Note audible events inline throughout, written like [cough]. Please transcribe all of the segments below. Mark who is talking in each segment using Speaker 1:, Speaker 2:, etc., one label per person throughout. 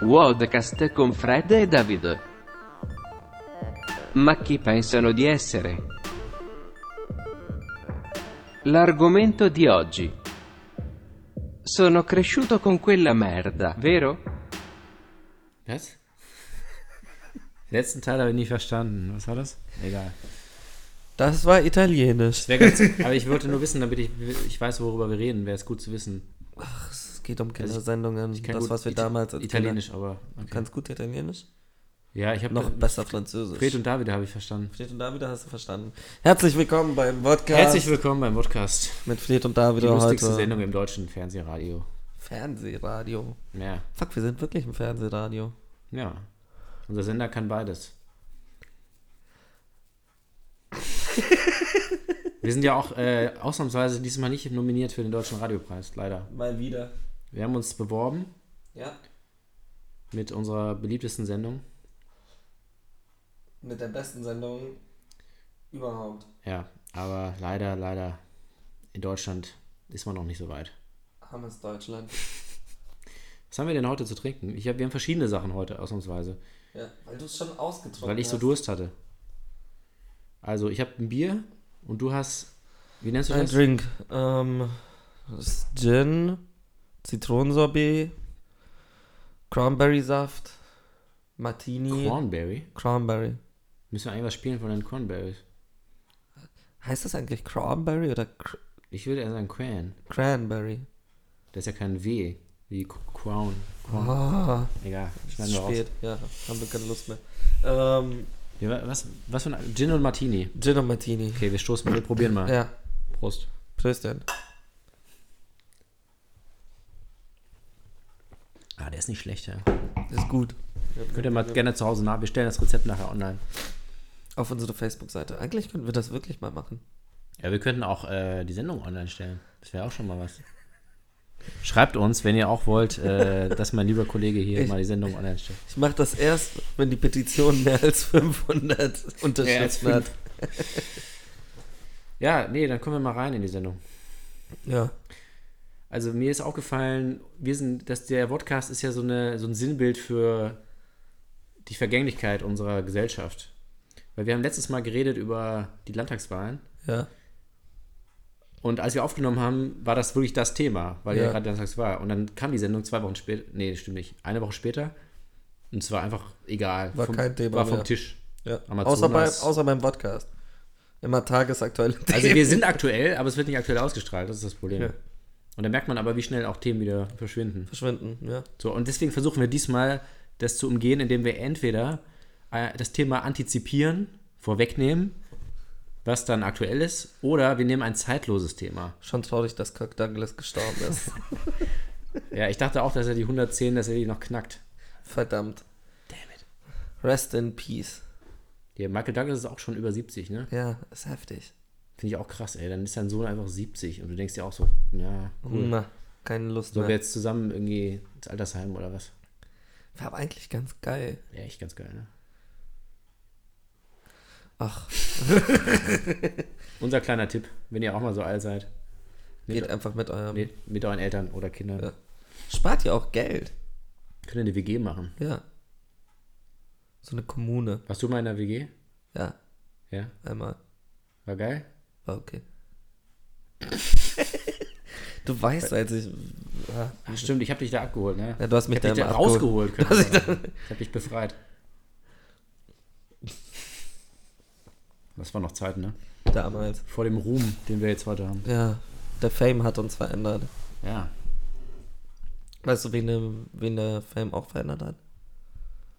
Speaker 1: Podcast con Fred e David. Ma chi pensano di essere? L'argomento di oggi. Sono cresciuto con quella merda, vero?
Speaker 2: [laughs] Was? Letzten Teil habe ich nie verstanden. Was war das? Egal.
Speaker 3: Das war italienisch.
Speaker 2: Das wär ganz, aber ich wollte nur wissen, damit ich, ich weiß, worüber wir reden. Wäre es gut zu wissen.
Speaker 3: Es geht um Kindersendungen.
Speaker 2: Also Ich kann
Speaker 3: Das,
Speaker 2: gut
Speaker 3: was wir
Speaker 2: Ita-
Speaker 3: damals als
Speaker 2: Italienisch,
Speaker 3: Kinder-
Speaker 2: aber. Okay.
Speaker 3: Du kannst gut Italienisch?
Speaker 2: ja, ich habe
Speaker 3: Noch besser Französisch.
Speaker 2: Fred und David habe ich verstanden.
Speaker 3: Fred und David, hast du verstanden. Herzlich willkommen beim Podcast
Speaker 2: Herzlich willkommen beim Podcast.
Speaker 3: mit Fred und
Speaker 2: Die
Speaker 3: David
Speaker 2: lustigste
Speaker 3: heute.
Speaker 2: Sendung im deutschen Fernsehradio.
Speaker 3: Fernsehradio.
Speaker 2: Ja.
Speaker 3: Fuck, wir sind wirklich im Fernsehradio.
Speaker 2: Ja. Unser Sender kann beides. Wir sind ja auch äh, ausnahmsweise diesmal nicht nominiert für den Deutschen Radiopreis, leider.
Speaker 3: Mal wieder.
Speaker 2: Wir haben uns beworben
Speaker 3: Ja,
Speaker 2: mit unserer beliebtesten Sendung.
Speaker 3: mit der besten Sendung überhaupt.
Speaker 2: Ja, aber leider, leider, in Deutschland ist man noch nicht so weit.
Speaker 3: Hammes Deutschland.
Speaker 2: Was haben wir denn heute zu trinken? Ich hab, wir haben verschiedene Sachen heute, ausnahmsweise,
Speaker 3: Ja, weil du es schon ausgetrunken
Speaker 2: weil ich so Durst hatte. Also, ich habe ein Bier und du hast, wie nennst du
Speaker 3: Ein
Speaker 2: das?
Speaker 3: Drink. Ähm, das ist Gin, Zitronensorbet, Cranberry-Saft, Martini.
Speaker 2: Cornberry?
Speaker 3: Cranberry.
Speaker 2: Müssen wir eigentlich was spielen von den Cornberries?
Speaker 3: Heißt das eigentlich Cranberry oder Cr
Speaker 2: Ich würde eher sagen Cran.
Speaker 3: Cranberry?
Speaker 2: Das ist ja kein W, wie C- Crown. Crown.
Speaker 3: Ah,
Speaker 2: Egal,
Speaker 3: es
Speaker 2: schneiden
Speaker 3: ist
Speaker 2: wir raus.
Speaker 3: spät. Ja, haben wir keine Lust mehr. Ähm,
Speaker 2: Ja, wa- was, was für ein Gin und Martini?
Speaker 3: Gin und Martini.
Speaker 2: Okay, wir stoßen mal, wir probieren mal.
Speaker 3: Ja,
Speaker 2: Prost.
Speaker 3: Pröstchen.
Speaker 2: Ah, der ist nicht schlecht, ja.
Speaker 3: Ist gut.
Speaker 2: Könnt ihr mal gerne zu Hause nach. Wir stellen das Rezept nachher online.
Speaker 3: Auf unsere Facebook-Seite. Eigentlich könnten wir das wirklich mal machen.
Speaker 2: Ja, wir könnten auch äh, die Sendung online stellen. Das wäre auch schon mal was. Schreibt uns, wenn ihr auch wollt, [laughs] äh, dass mein lieber Kollege hier
Speaker 3: Ich-
Speaker 2: mal die Sendung online stellt.
Speaker 3: Ich mache das erst, wenn die Petition mehr als 500 Unterschriften
Speaker 2: Mehr als
Speaker 3: hat.
Speaker 2: [laughs] Ja, nee, dann kommen wir mal rein in die Sendung.
Speaker 3: Ja.
Speaker 2: Also mir ist aufgefallen, wir sind, dass der Podcast ist ja so, eine, so ein Sinnbild für die Vergänglichkeit unserer Gesellschaft. Weil wir haben letztes Mal geredet über die Landtagswahlen
Speaker 3: Ja.
Speaker 2: Und als wir aufgenommen haben, war das wirklich das Thema, weil ja,
Speaker 3: Ja.
Speaker 2: gerade Samstags war. Und dann kam die Sendung zwei Wochen später, nee, stimmt nicht, eine Woche später. Und es war einfach egal.
Speaker 3: War
Speaker 2: vom,
Speaker 3: kein Thema
Speaker 2: War vom
Speaker 3: mehr.
Speaker 2: Tisch.
Speaker 3: Ja.
Speaker 2: Amazonas.
Speaker 3: Außer, bei, außer beim Podcast. Immer tagesaktuelle
Speaker 2: Also wir sind aktuell, aber es wird nicht aktuell ausgestrahlt, das ist das Problem.
Speaker 3: Ja.
Speaker 2: Und da merkt man aber, wie schnell auch Themen wieder verschwinden.
Speaker 3: verschwinden. Ja.
Speaker 2: So, und deswegen versuchen wir diesmal, das zu umgehen, indem wir entweder äh, das Thema antizipieren, vorwegnehmen, was dann aktuell ist, oder wir nehmen ein zeitloses Thema.
Speaker 3: Schon traurig, dass Kirk Douglas gestorben [laughs] ist.
Speaker 2: Ja, ich dachte auch, dass er die 110, dass er die noch knackt.
Speaker 3: Verdammt.
Speaker 2: Damn it.
Speaker 3: Rest in peace.
Speaker 2: Der Michael Douglas ist auch schon über 70, ne?
Speaker 3: Ja, ist heftig.
Speaker 2: Finde ich auch krass, ey. Dann ist dein Sohn einfach 70 und du denkst dir auch so, ja, cool.
Speaker 3: Na, keine Lust
Speaker 2: Sollen wir
Speaker 3: mehr.
Speaker 2: jetzt zusammen irgendwie ins Altersheim oder was?
Speaker 3: War aber eigentlich ganz geil.
Speaker 2: Wäre echt ganz geil, ne?
Speaker 3: Ach,
Speaker 2: Unser kleiner Tipp, wenn ihr auch mal so alt seid,
Speaker 3: geht einfach mit eurem.
Speaker 2: mit, mit euren Eltern oder Kindern,
Speaker 3: Ja. Spart ja auch Geld.
Speaker 2: könnt ihr eine WG machen.
Speaker 3: Ja. So eine Kommune.
Speaker 2: Warst du mal in einer WG?
Speaker 3: Ja,
Speaker 2: Ja,
Speaker 3: einmal.
Speaker 2: war geil?
Speaker 3: War [laughs] okay. du weißt, als ich. Ja,
Speaker 2: Ach, stimmt, ich hab dich da abgeholt, ne?
Speaker 3: Ja, du hast mich
Speaker 2: ich hab
Speaker 3: da
Speaker 2: dich da
Speaker 3: immer abgeholt.
Speaker 2: rausgeholt. Können
Speaker 3: [laughs] Dass ich
Speaker 2: wir sagen. ich hab dich befreit. Das war noch Zeit, ne?
Speaker 3: damals.
Speaker 2: Vor dem Ruhm, den wir jetzt heute haben.
Speaker 3: Ja, der Fame hat uns verändert.
Speaker 2: Ja.
Speaker 3: Weißt du, wen der, wen der Fame auch verändert hat?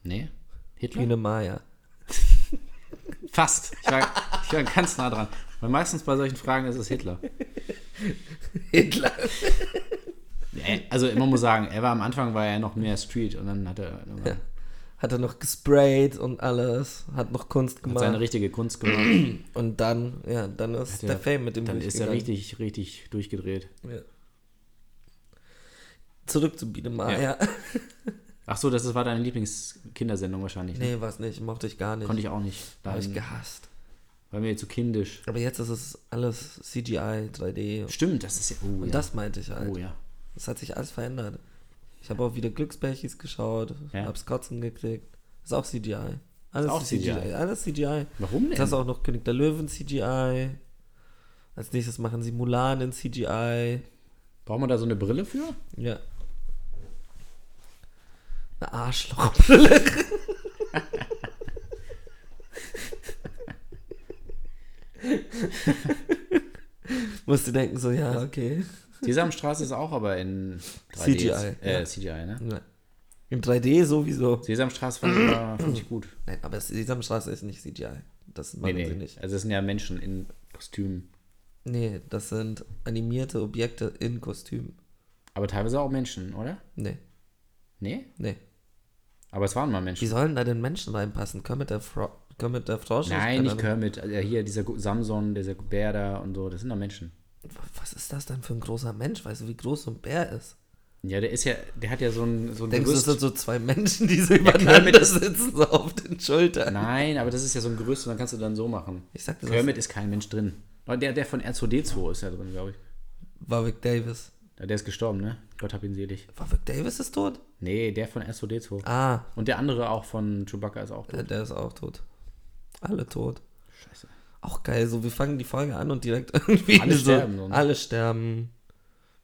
Speaker 2: Nee? Hitler? [laughs]
Speaker 3: Biene Maya.
Speaker 2: Fast. Ich war, ich war ganz nah dran. Weil meistens bei solchen Fragen ist es Hitler.
Speaker 3: Hitler.
Speaker 2: Äh, Also man muss sagen, er war am Anfang war er noch mehr Street und dann hat er irgendwann-
Speaker 3: Ja. Hat er noch gesprayt und alles, hat noch Kunst
Speaker 2: hat
Speaker 3: gemacht.
Speaker 2: seine richtige Kunst gemacht.
Speaker 3: und dann, ja, dann ist
Speaker 2: er-
Speaker 3: der Fame [clears throat] mit dem
Speaker 2: Dann ist er
Speaker 3: durchgegangen.
Speaker 2: richtig, richtig durchgedreht.
Speaker 3: Ja. Zurück zu Biene Maya.
Speaker 2: Ach so, das war deine Lieblingskindersendung wahrscheinlich. Ne?
Speaker 3: [laughs] nee, war's nicht, mochte ich gar nicht.
Speaker 2: Konnte ich auch nicht. Da
Speaker 3: Hab ich gehasst.
Speaker 2: war mir zu kindisch.
Speaker 3: Aber jetzt ist es alles CGI, 3D.
Speaker 2: Stimmt, das ist ja. Oh, ja.
Speaker 3: Das meinte ich halt.
Speaker 2: oh ja.
Speaker 3: Das hat sich alles verändert. Ich habe auch wieder Glücksbärchis geschaut,
Speaker 2: Ja.
Speaker 3: hab's kotzen gekriegt. Ist auch CGI. Alles
Speaker 2: auch
Speaker 3: CGI.
Speaker 2: CGI.
Speaker 3: Alles CGI.
Speaker 2: Warum
Speaker 3: Jetzt
Speaker 2: denn?
Speaker 3: hast du auch noch König der Löwen CGI. Als nächstes machen sie Mulan in CGI.
Speaker 2: Brauchen wir da so eine Brille für?
Speaker 3: Ja. Eine Arschlochbrille. Musst du denken, so, ja, okay.
Speaker 2: Sesamstraße ist auch aber in 3D.
Speaker 3: CGI,
Speaker 2: Äh, CGI, ne?
Speaker 3: Ja. Im 3D sowieso.
Speaker 2: Sesamstraße fand ich, aber- fand ich gut.
Speaker 3: Nein, aber Sesamstraße ist nicht CGI. Das
Speaker 2: Nee,
Speaker 3: machen
Speaker 2: nee.
Speaker 3: sie nicht.
Speaker 2: Also es sind ja Menschen in Kostümen.
Speaker 3: Nee, das sind animierte Objekte in Kostüm.
Speaker 2: Aber teilweise auch Menschen, oder?
Speaker 3: Nee,
Speaker 2: Nee?
Speaker 3: nee.
Speaker 2: Aber es waren mal
Speaker 3: Wie
Speaker 2: Menschen.
Speaker 3: sollen da denn Menschen reinpassen? Kermit der, Fro Kermit der Frosch?
Speaker 2: Nein,
Speaker 3: Keine
Speaker 2: nicht
Speaker 3: Ahnung.
Speaker 2: Kermit. Also hier dieser Gu- Samson, dieser Bär da und so, das sind doch Menschen.
Speaker 3: Was ist das denn für ein großer Mensch? Weißt du, wie groß so ein Bär ist?
Speaker 2: Ja, der ist ja, der hat ja so ein, so ein
Speaker 3: Denkst du, es
Speaker 2: Gerüst.
Speaker 3: sind so zwei Menschen, die so
Speaker 2: Kermit
Speaker 3: übereinander
Speaker 2: ist-
Speaker 3: sitzen, so auf den Schultern?
Speaker 2: Nein, aber das ist ja so ein Gerüst und dann kannst du dann so machen.
Speaker 3: Ich sag dir das.
Speaker 2: Kermit ist kein Mensch drin. Oh, Der, der von R2D2 ist ja drin, glaube ich.
Speaker 3: Warwick Davis.
Speaker 2: Ja, Der ist gestorben, ne? Gott hab ihn selig.
Speaker 3: Warwick Davis ist tot?
Speaker 2: Nee, der von R2D2.
Speaker 3: Ah, Äh.
Speaker 2: Und der andere auch von Chewbacca ist auch
Speaker 3: der,
Speaker 2: tot.
Speaker 3: der ist auch tot. Alle tot.
Speaker 2: Scheiße.
Speaker 3: Auch geil, so wir fangen die Folge an und direkt [laughs] irgendwie
Speaker 2: Alle
Speaker 3: so,
Speaker 2: sterben sonst.
Speaker 3: Alle sterben.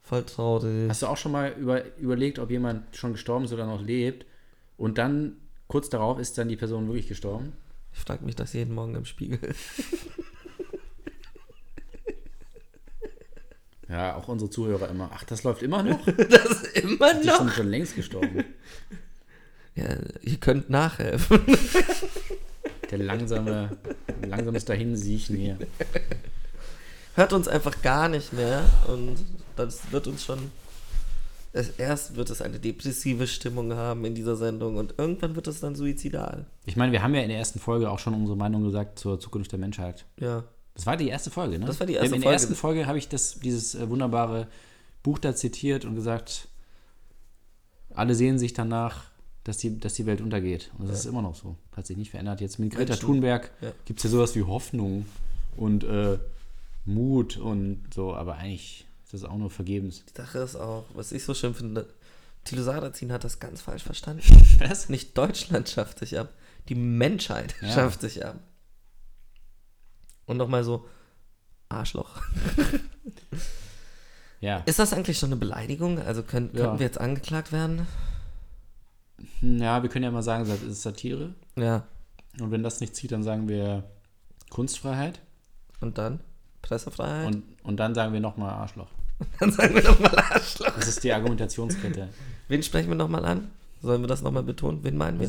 Speaker 3: Voll traurig.
Speaker 2: Hast du auch schon mal über, überlegt, ob jemand schon gestorben ist oder noch lebt? Und dann kurz darauf ist dann die Person wirklich gestorben?
Speaker 3: Ich frage mich das jeden Morgen im Spiegel. [laughs]
Speaker 2: Ja, auch unsere Zuhörer immer. Ach, das läuft immer
Speaker 3: [laughs]
Speaker 2: noch?
Speaker 3: Das ist immer
Speaker 2: Die
Speaker 3: noch.
Speaker 2: sind schon längst gestorben.
Speaker 3: Ja, ihr könnt nachhelfen. [laughs]
Speaker 2: Der langsame, langsames Dahinsiechen hier.
Speaker 3: Hört uns einfach gar nicht mehr und das wird uns schon. es- Erst wird es eine depressive Stimmung haben in dieser Sendung und irgendwann wird es dann suizidal.
Speaker 2: Ich meine, wir haben ja in der ersten Folge auch schon unsere Meinung gesagt zur Zukunft der Menschheit.
Speaker 3: Ja.
Speaker 2: Das war die erste Folge, ne?
Speaker 3: Das war die erste
Speaker 2: In der
Speaker 3: Folge.
Speaker 2: ersten Folge habe ich das, dieses äh, wunderbare Buch da zitiert und gesagt, alle sehen sich danach, dass die, dass die Welt untergeht. Und das ist immer noch so. Hat sich nicht verändert. Jetzt mit Greta
Speaker 3: Menschen.
Speaker 2: Thunberg
Speaker 3: Ja.
Speaker 2: gibt es ja sowas wie Hoffnung und äh, Mut und so, aber eigentlich ist das auch nur vergebens.
Speaker 3: Die Sache ist auch, was ich so schön finde, Thilo Sarrazin hat das ganz falsch verstanden.
Speaker 2: Was?
Speaker 3: Nicht Deutschland schafft sich ab, die Menschheit
Speaker 2: Ja.
Speaker 3: schafft sich ab. Und nochmal so, Arschloch.
Speaker 2: Ja.
Speaker 3: Ist das eigentlich schon eine Beleidigung? Also können,
Speaker 2: Ja.
Speaker 3: könnten wir jetzt angeklagt werden?
Speaker 2: ja, wir können ja mal sagen, das ist Satire.
Speaker 3: Ja.
Speaker 2: Und wenn das nicht zieht, dann sagen wir Kunstfreiheit.
Speaker 3: Und dann? Pressefreiheit?
Speaker 2: Und, und dann sagen wir nochmal Arschloch.
Speaker 3: dann sagen wir nochmal Arschloch.
Speaker 2: Das ist die Argumentationskette.
Speaker 3: Wen sprechen wir nochmal an? Sollen wir das nochmal betonen? Wen meinen wir?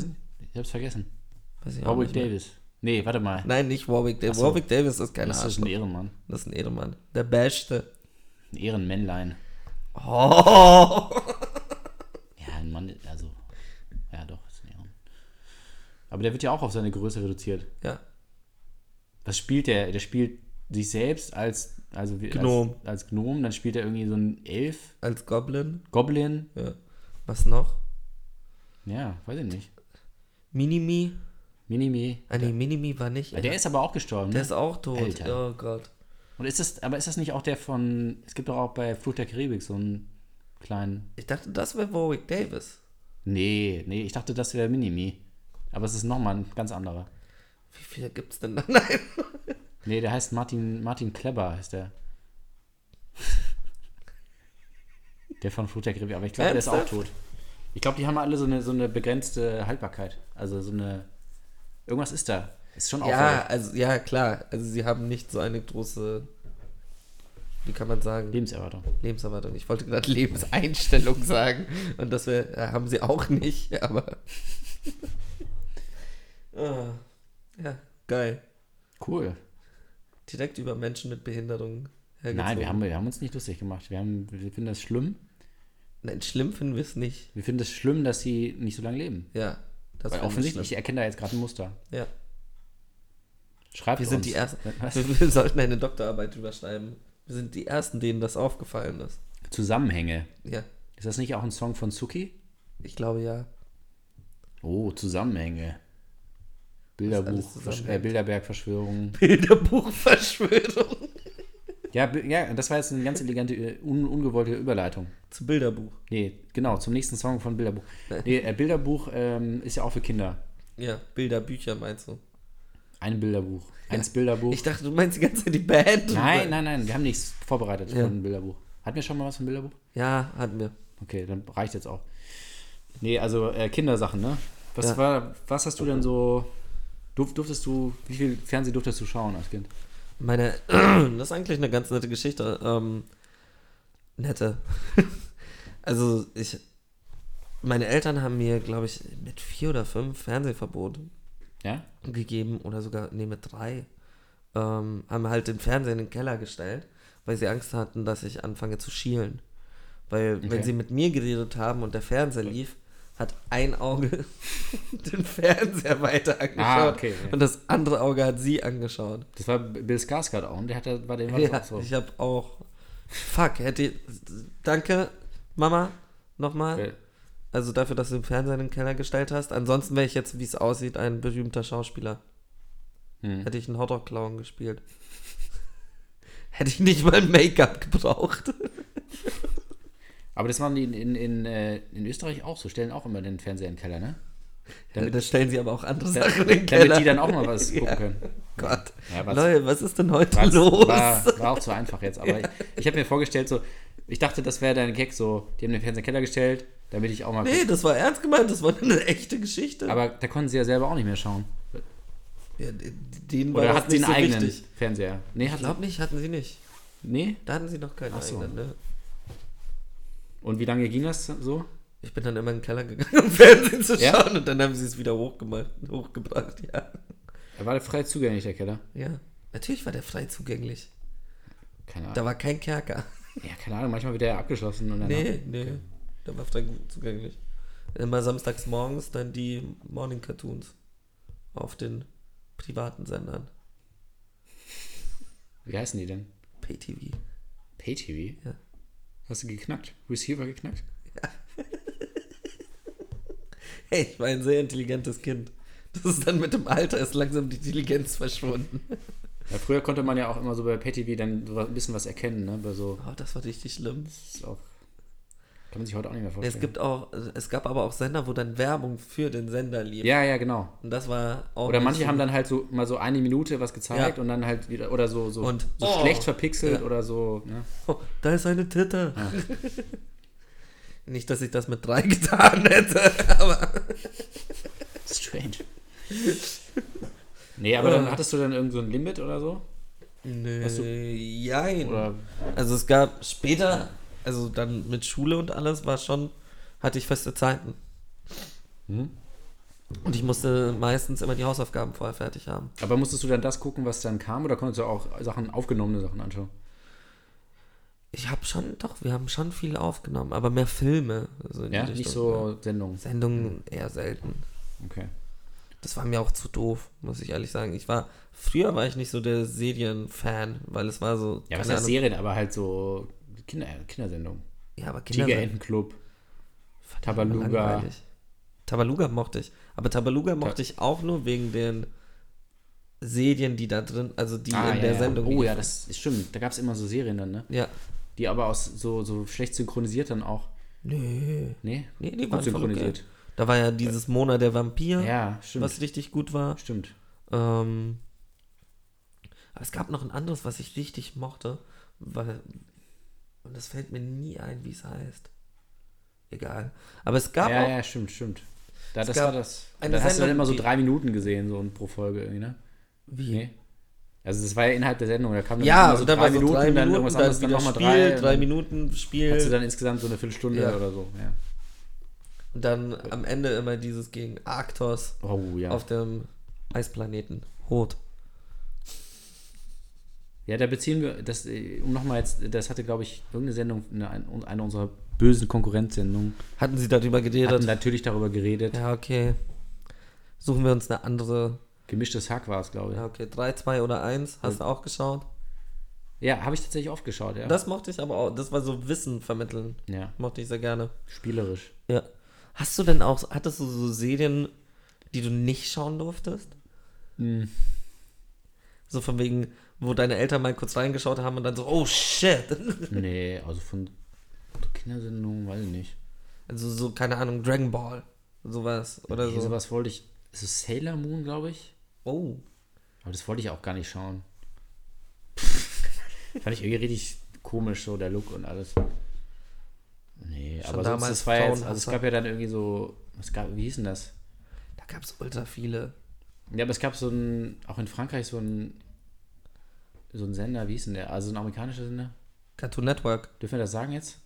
Speaker 2: Ich hab's vergessen.
Speaker 3: Weiß ich auch
Speaker 2: Warwick
Speaker 3: nicht mehr.
Speaker 2: Davis. Nee, warte mal.
Speaker 3: Nein, nicht Warwick Davis.
Speaker 2: so.
Speaker 3: Warwick Davis ist kein
Speaker 2: das ist
Speaker 3: Arsch.
Speaker 2: ein Ehrenmann.
Speaker 3: Das ist ein Edelmann. Der Beste.
Speaker 2: Ein Ehrenmännlein.
Speaker 3: Oh. [laughs]
Speaker 2: Ja, ein Mann, also. Ja, doch, ist ein Ehren. Aber der wird ja auch auf seine Größe reduziert.
Speaker 3: Ja.
Speaker 2: Was spielt der? Der spielt sich selbst als. Also wie-
Speaker 3: Gnom.
Speaker 2: Als, als Gnom, dann spielt er irgendwie so einen Elf,
Speaker 3: Als Goblin.
Speaker 2: Goblin.
Speaker 3: Ja. Was noch?
Speaker 2: Ja, weiß ich nicht.
Speaker 3: Minimi?
Speaker 2: Minimi.
Speaker 3: Ah, nee, Minimi war nicht.
Speaker 2: Der ist aber auch gestorben.
Speaker 3: Der
Speaker 2: Ne?
Speaker 3: ist auch tot.
Speaker 2: Alter.
Speaker 3: Oh Gott.
Speaker 2: Und ist das, aber ist das nicht auch der von. Es gibt doch auch bei Flucht der Karibik so einen kleinen.
Speaker 3: Ich dachte, das wäre Warwick Davis.
Speaker 2: Nee, nee, ich dachte, das wäre Minimi. Aber es ist nochmal ein ganz anderer.
Speaker 3: Wie viele gibt's denn da? [laughs] Nein.
Speaker 2: Nee, der heißt Martin, Martin Kleber, heißt der. [laughs] der von Flut der Grippe, aber ich glaube, der ist auch
Speaker 3: Ernsthaft?
Speaker 2: tot. Ich glaube, die haben alle so eine, so eine begrenzte Haltbarkeit. Also so eine. Irgendwas ist da. Ist schon
Speaker 3: Ja,
Speaker 2: auffällig.
Speaker 3: also, ja, klar. Also, sie haben nicht so eine große. Wie kann man sagen?
Speaker 2: Lebenserwartung.
Speaker 3: Lebenserwartung. Ich wollte gerade Lebenseinstellung sagen. Und das wär, äh, haben sie auch nicht, [laughs] aber. ah, ja, geil.
Speaker 2: Cool.
Speaker 3: Direkt über Menschen mit Behinderung
Speaker 2: Nein, wir haben, wir haben uns nicht lustig gemacht. Wir, haben, wir finden das schlimm.
Speaker 3: Nein, schlimm finden wir es nicht.
Speaker 2: Wir finden es das schlimm, dass sie nicht so lange leben.
Speaker 3: Ja.
Speaker 2: Weil
Speaker 3: Das finden wir
Speaker 2: offensichtlich, ich
Speaker 3: schlimm.
Speaker 2: erkenne da jetzt gerade ein Muster.
Speaker 3: Ja.
Speaker 2: Schreibt
Speaker 3: Wir sind
Speaker 2: uns.
Speaker 3: die ersten.
Speaker 2: Was?
Speaker 3: [laughs] Wir, wir sollten eine Doktorarbeit drüber schreiben. Wir sind die ersten, denen das aufgefallen ist.
Speaker 2: Zusammenhänge.
Speaker 3: Ja,
Speaker 2: Ist das nicht auch ein Song von Suki?
Speaker 3: ich
Speaker 2: [laughs]
Speaker 3: glaube ja.
Speaker 2: Oh, Zusammenhänge. Bilderbuch,
Speaker 3: alles zusammenhängt.
Speaker 2: Versch- äh, Bilderberg-Verschwörung.
Speaker 3: Bilderbuchverschwörung.
Speaker 2: Ja, b- ja, das war jetzt eine ganz elegante, äh, un, ungewollte Überleitung.
Speaker 3: Zum Bilderbuch.
Speaker 2: Nee, genau, zum nächsten Song von Bilderbuch. Nee, äh, Bilderbuch ähm, ist ja auch für Kinder.
Speaker 3: Ja, Bilderbücher meinst du?
Speaker 2: Ein Bilderbuch. Eins Bilderbuch.
Speaker 3: Ich dachte, du meinst die ganze Zeit die Band.
Speaker 2: nein, nein, nein, wir haben nichts vorbereitet
Speaker 3: Ja.
Speaker 2: von Bilderbuch. Hatten wir schon mal was von Bilderbuch?
Speaker 3: Ja, hatten wir.
Speaker 2: Okay, dann reicht jetzt auch. Nee, also äh, Kindersachen, ne? Was
Speaker 3: Ja.
Speaker 2: war, was hast du denn so. Durf, durftest du, wie viel Fernsehen durftest du schauen als Kind?
Speaker 3: Meine, [clears throat] das ist eigentlich eine ganz nette Geschichte. Ähm, nette. [laughs] also ich, meine Eltern haben mir, glaube ich, mit vier oder fünf Fernsehverbot
Speaker 2: Ja?
Speaker 3: gegeben oder sogar, nee, mit drei. Ähm, haben halt den Fernseher in den Keller gestellt, weil sie Angst hatten, dass ich anfange zu schielen. Weil
Speaker 2: Okay.
Speaker 3: wenn sie mit mir geredet haben und der Fernseher lief, hat ein Auge [laughs] den Fernseher weiter angeschaut
Speaker 2: Ah, okay, ja.
Speaker 3: und das andere Auge hat sie angeschaut.
Speaker 2: Das war Bill Skarsgård auch und der hatte, war dem war das
Speaker 3: Ja,
Speaker 2: auch so.
Speaker 3: ich habe auch. Fuck, hätte ich, danke, Mama, nochmal.
Speaker 2: Weil-
Speaker 3: Also dafür, dass du den Fernseher in den Keller gestellt hast. Ansonsten wäre ich jetzt, wie es aussieht, ein berühmter Schauspieler.
Speaker 2: Hm.
Speaker 3: Hätte ich einen Hotdog-Clown gespielt. [laughs] hätte ich nicht mal Make-up gebraucht.
Speaker 2: Aber das machen die in, in, in, äh, in Österreich auch so, stellen auch immer den Fernseher in den Keller, ne? Damit-
Speaker 3: da stellen sie aber auch andere
Speaker 2: Da-
Speaker 3: Sachen in den Keller.
Speaker 2: Damit die dann auch mal was gucken
Speaker 3: [laughs] Ja.
Speaker 2: können.
Speaker 3: Gott.
Speaker 2: Ja, was-
Speaker 3: Leute, was ist denn heute
Speaker 2: War,
Speaker 3: los?
Speaker 2: war, war auch zu einfach jetzt, aber ich, ich habe mir vorgestellt, so, ich dachte, das wäre dein Gag, so, die haben den Fernseher in den Keller gestellt, damit ich auch mal.
Speaker 3: Nee, das war ernst gemeint, das war eine echte Geschichte.
Speaker 2: Aber da konnten sie ja selber auch nicht mehr schauen.
Speaker 3: ja, denen war
Speaker 2: Oder
Speaker 3: das
Speaker 2: hat sie
Speaker 3: nicht
Speaker 2: einen
Speaker 3: so
Speaker 2: eigenen
Speaker 3: wichtig.
Speaker 2: Fernseher? Nee,
Speaker 3: Ich
Speaker 2: hat
Speaker 3: glaube nicht, hatten sie nicht.
Speaker 2: Nee?
Speaker 3: Da hatten sie noch keinen
Speaker 2: Ach so.
Speaker 3: eigenen, ne?
Speaker 2: Und wie lange ging das so?
Speaker 3: Ich bin dann immer in den Keller gegangen, um [laughs] Fernsehen zu
Speaker 2: Ja?
Speaker 3: schauen und dann haben sie es wieder hochgemacht, hochgebracht, ja.
Speaker 2: Er war frei zugänglich, der Keller.
Speaker 3: Ja. Natürlich war der frei zugänglich.
Speaker 2: Keine
Speaker 3: Da
Speaker 2: Ahnung.
Speaker 3: war kein Kerker.
Speaker 2: Ja, keine Ahnung, manchmal wird er abgeschlossen und dann.
Speaker 3: Nee, nee. Da war frei zugänglich. Immer samstags morgens dann die Morning Cartoons auf den privaten Sendern.
Speaker 2: Wie heißen die denn?
Speaker 3: PayTV.
Speaker 2: PayTV?
Speaker 3: Ja.
Speaker 2: Hast du geknackt? Receiver geknackt?
Speaker 3: Hey, ich war ein sehr intelligentes Kind. Das ist dann mit dem Alter ist langsam die Intelligenz verschwunden.
Speaker 2: Ja, früher konnte man ja auch immer so bei PayTV dann so ein bisschen was erkennen, ne? Bei so.
Speaker 3: Oh, das war richtig schlimm.
Speaker 2: Das ist auch, kann man sich heute auch nicht mehr vorstellen.
Speaker 3: Es gibt auch, es gab aber auch Sender, wo dann Werbung für den Sender lief.
Speaker 2: Ja, ja, genau.
Speaker 3: Und das war auch.
Speaker 2: Oder manche
Speaker 3: nicht-
Speaker 2: haben dann halt so mal so eine Minute was gezeigt
Speaker 3: Ja.
Speaker 2: und dann halt wieder oder so so,
Speaker 3: Und-
Speaker 2: so
Speaker 3: Oh.
Speaker 2: schlecht verpixelt
Speaker 3: Ja.
Speaker 2: oder so. Ne?
Speaker 3: Oh, da ist eine Titte.
Speaker 2: Ah.
Speaker 3: [laughs] Nicht, dass ich das mit drei [laughs] getan hätte, aber.
Speaker 2: Strange. nee, aber dann hattest du dann irgend so ein Limit oder so?
Speaker 3: Nö.
Speaker 2: Hast du-
Speaker 3: Jein.
Speaker 2: Oder
Speaker 3: Also es gab später, also dann mit Schule und alles, war schon, hatte ich feste Zeiten.
Speaker 2: Hm.
Speaker 3: Und ich musste meistens immer die Hausaufgaben vorher fertig haben.
Speaker 2: aber musstest du dann das gucken, was dann kam, oder konntest du auch Sachen, aufgenommene Sachen anschauen?
Speaker 3: Ich habe schon, doch, wir haben schon viel aufgenommen, aber mehr Filme. so in die
Speaker 2: Ja, Also nicht
Speaker 3: Richtung, ja.
Speaker 2: so Sendungen.
Speaker 3: Sendungen eher selten.
Speaker 2: Okay.
Speaker 3: Das war mir auch zu doof, muss ich ehrlich sagen. Ich war, früher war ich nicht so der Serienfan, weil es war so.
Speaker 2: Ja, was
Speaker 3: keine
Speaker 2: heißt
Speaker 3: Ahnung.
Speaker 2: Serien, aber halt so Kinder, Kindersendungen.
Speaker 3: Ja, aber Kinder sind
Speaker 2: Tigerentenclub. Tabaluga.
Speaker 3: langweilig. Tabaluga mochte ich. Aber Tabaluga mochte ich auch nur wegen den Serien, die da drin, also die
Speaker 2: Ah,
Speaker 3: in
Speaker 2: ja,
Speaker 3: der
Speaker 2: ja.
Speaker 3: Sendung.
Speaker 2: Oh
Speaker 3: liefen.
Speaker 2: ja, das ist stimmt. Da gab es immer so Serien dann, ne?
Speaker 3: Ja.
Speaker 2: Die aber aus so, so schlecht synchronisiert dann auch.
Speaker 3: Nö.
Speaker 2: Nee?
Speaker 3: Nee, die
Speaker 2: Gut
Speaker 3: waren synchronisiert.
Speaker 2: synchronisiert.
Speaker 3: Da war ja dieses Mona der Vampir,
Speaker 2: Ja, stimmt.
Speaker 3: was richtig gut war.
Speaker 2: Stimmt.
Speaker 3: Ähm, aber es gab noch ein anderes, was ich richtig mochte, weil. Und das fällt mir nie ein, wie es heißt. Egal. Aber es gab
Speaker 2: Ja,
Speaker 3: auch.
Speaker 2: ja, stimmt, stimmt. Da, das
Speaker 3: gab
Speaker 2: war das.
Speaker 3: eine
Speaker 2: Da hast du dann
Speaker 3: Sendung,
Speaker 2: immer so
Speaker 3: die-
Speaker 2: drei Minuten gesehen, so pro Folge irgendwie, ne?
Speaker 3: Wie?
Speaker 2: Nee. Also das war ja innerhalb der Sendung, da kam dann
Speaker 3: Ja,
Speaker 2: immer
Speaker 3: und dann war so drei
Speaker 2: dann
Speaker 3: Minuten,
Speaker 2: irgendwas
Speaker 3: dann,
Speaker 2: anderes, dann
Speaker 3: wieder
Speaker 2: nochmal
Speaker 3: Spiel,
Speaker 2: drei.
Speaker 3: drei,
Speaker 2: und dann
Speaker 3: Minuten
Speaker 2: Hast du
Speaker 3: Spiel.
Speaker 2: dann insgesamt so eine Viertelstunde
Speaker 3: Ja.
Speaker 2: oder so, ja.
Speaker 3: Und dann am Ende immer dieses gegen Arktos
Speaker 2: Oh ja.
Speaker 3: auf dem Eisplaneten. Rot.
Speaker 2: Ja, da beziehen wir, das, äh, um nochmal jetzt, das hatte, glaube ich, irgendeine Sendung, eine, eine unserer bösen Konkurrenzsendungen,
Speaker 3: Hatten sie darüber
Speaker 2: hatten
Speaker 3: geredet?
Speaker 2: natürlich darüber geredet.
Speaker 3: Ja, okay. Suchen wir uns eine andere.
Speaker 2: Gemischtes Hack war es, glaube ich.
Speaker 3: Ja,
Speaker 2: Ja,
Speaker 3: okay. 3, 2 oder 1. Hast du auch geschaut?
Speaker 2: habe ich tatsächlich oft geschaut, ja.
Speaker 3: Das mochte ich aber auch. Das war so Wissen vermitteln.
Speaker 2: ja,
Speaker 3: Mochte ich sehr gerne.
Speaker 2: spielerisch.
Speaker 3: Ja. Hast du denn auch, hattest du so Serien,
Speaker 2: Hm.
Speaker 3: die du nicht schauen durftest? So von wegen, wo deine Eltern mal kurz reingeschaut haben und dann so, oh shit. [laughs]
Speaker 2: Nee, also von Kindersendungen weiß ich nicht.
Speaker 3: Also so, keine Ahnung, Dragon Ball. Sowas. Oder
Speaker 2: nee,
Speaker 3: so.
Speaker 2: sowas wollte ich. So Sailor Moon, glaube ich.
Speaker 3: Oh.
Speaker 2: Aber das wollte ich auch gar nicht schauen. Fand ich irgendwie richtig komisch, so der Look und alles. Nee, aber sonst,
Speaker 3: damals
Speaker 2: das war jetzt, also es
Speaker 3: Frauenhasser.
Speaker 2: gab ja dann irgendwie so, was gab, wie hieß denn das?
Speaker 3: Da gab es ultra viele.
Speaker 2: Ja, aber es gab so ein, auch in Frankreich so ein, so ein Sender, wie hieß denn der? Also ein amerikanischer Sender?
Speaker 3: Cartoon Network.
Speaker 2: Dürfen wir das sagen jetzt?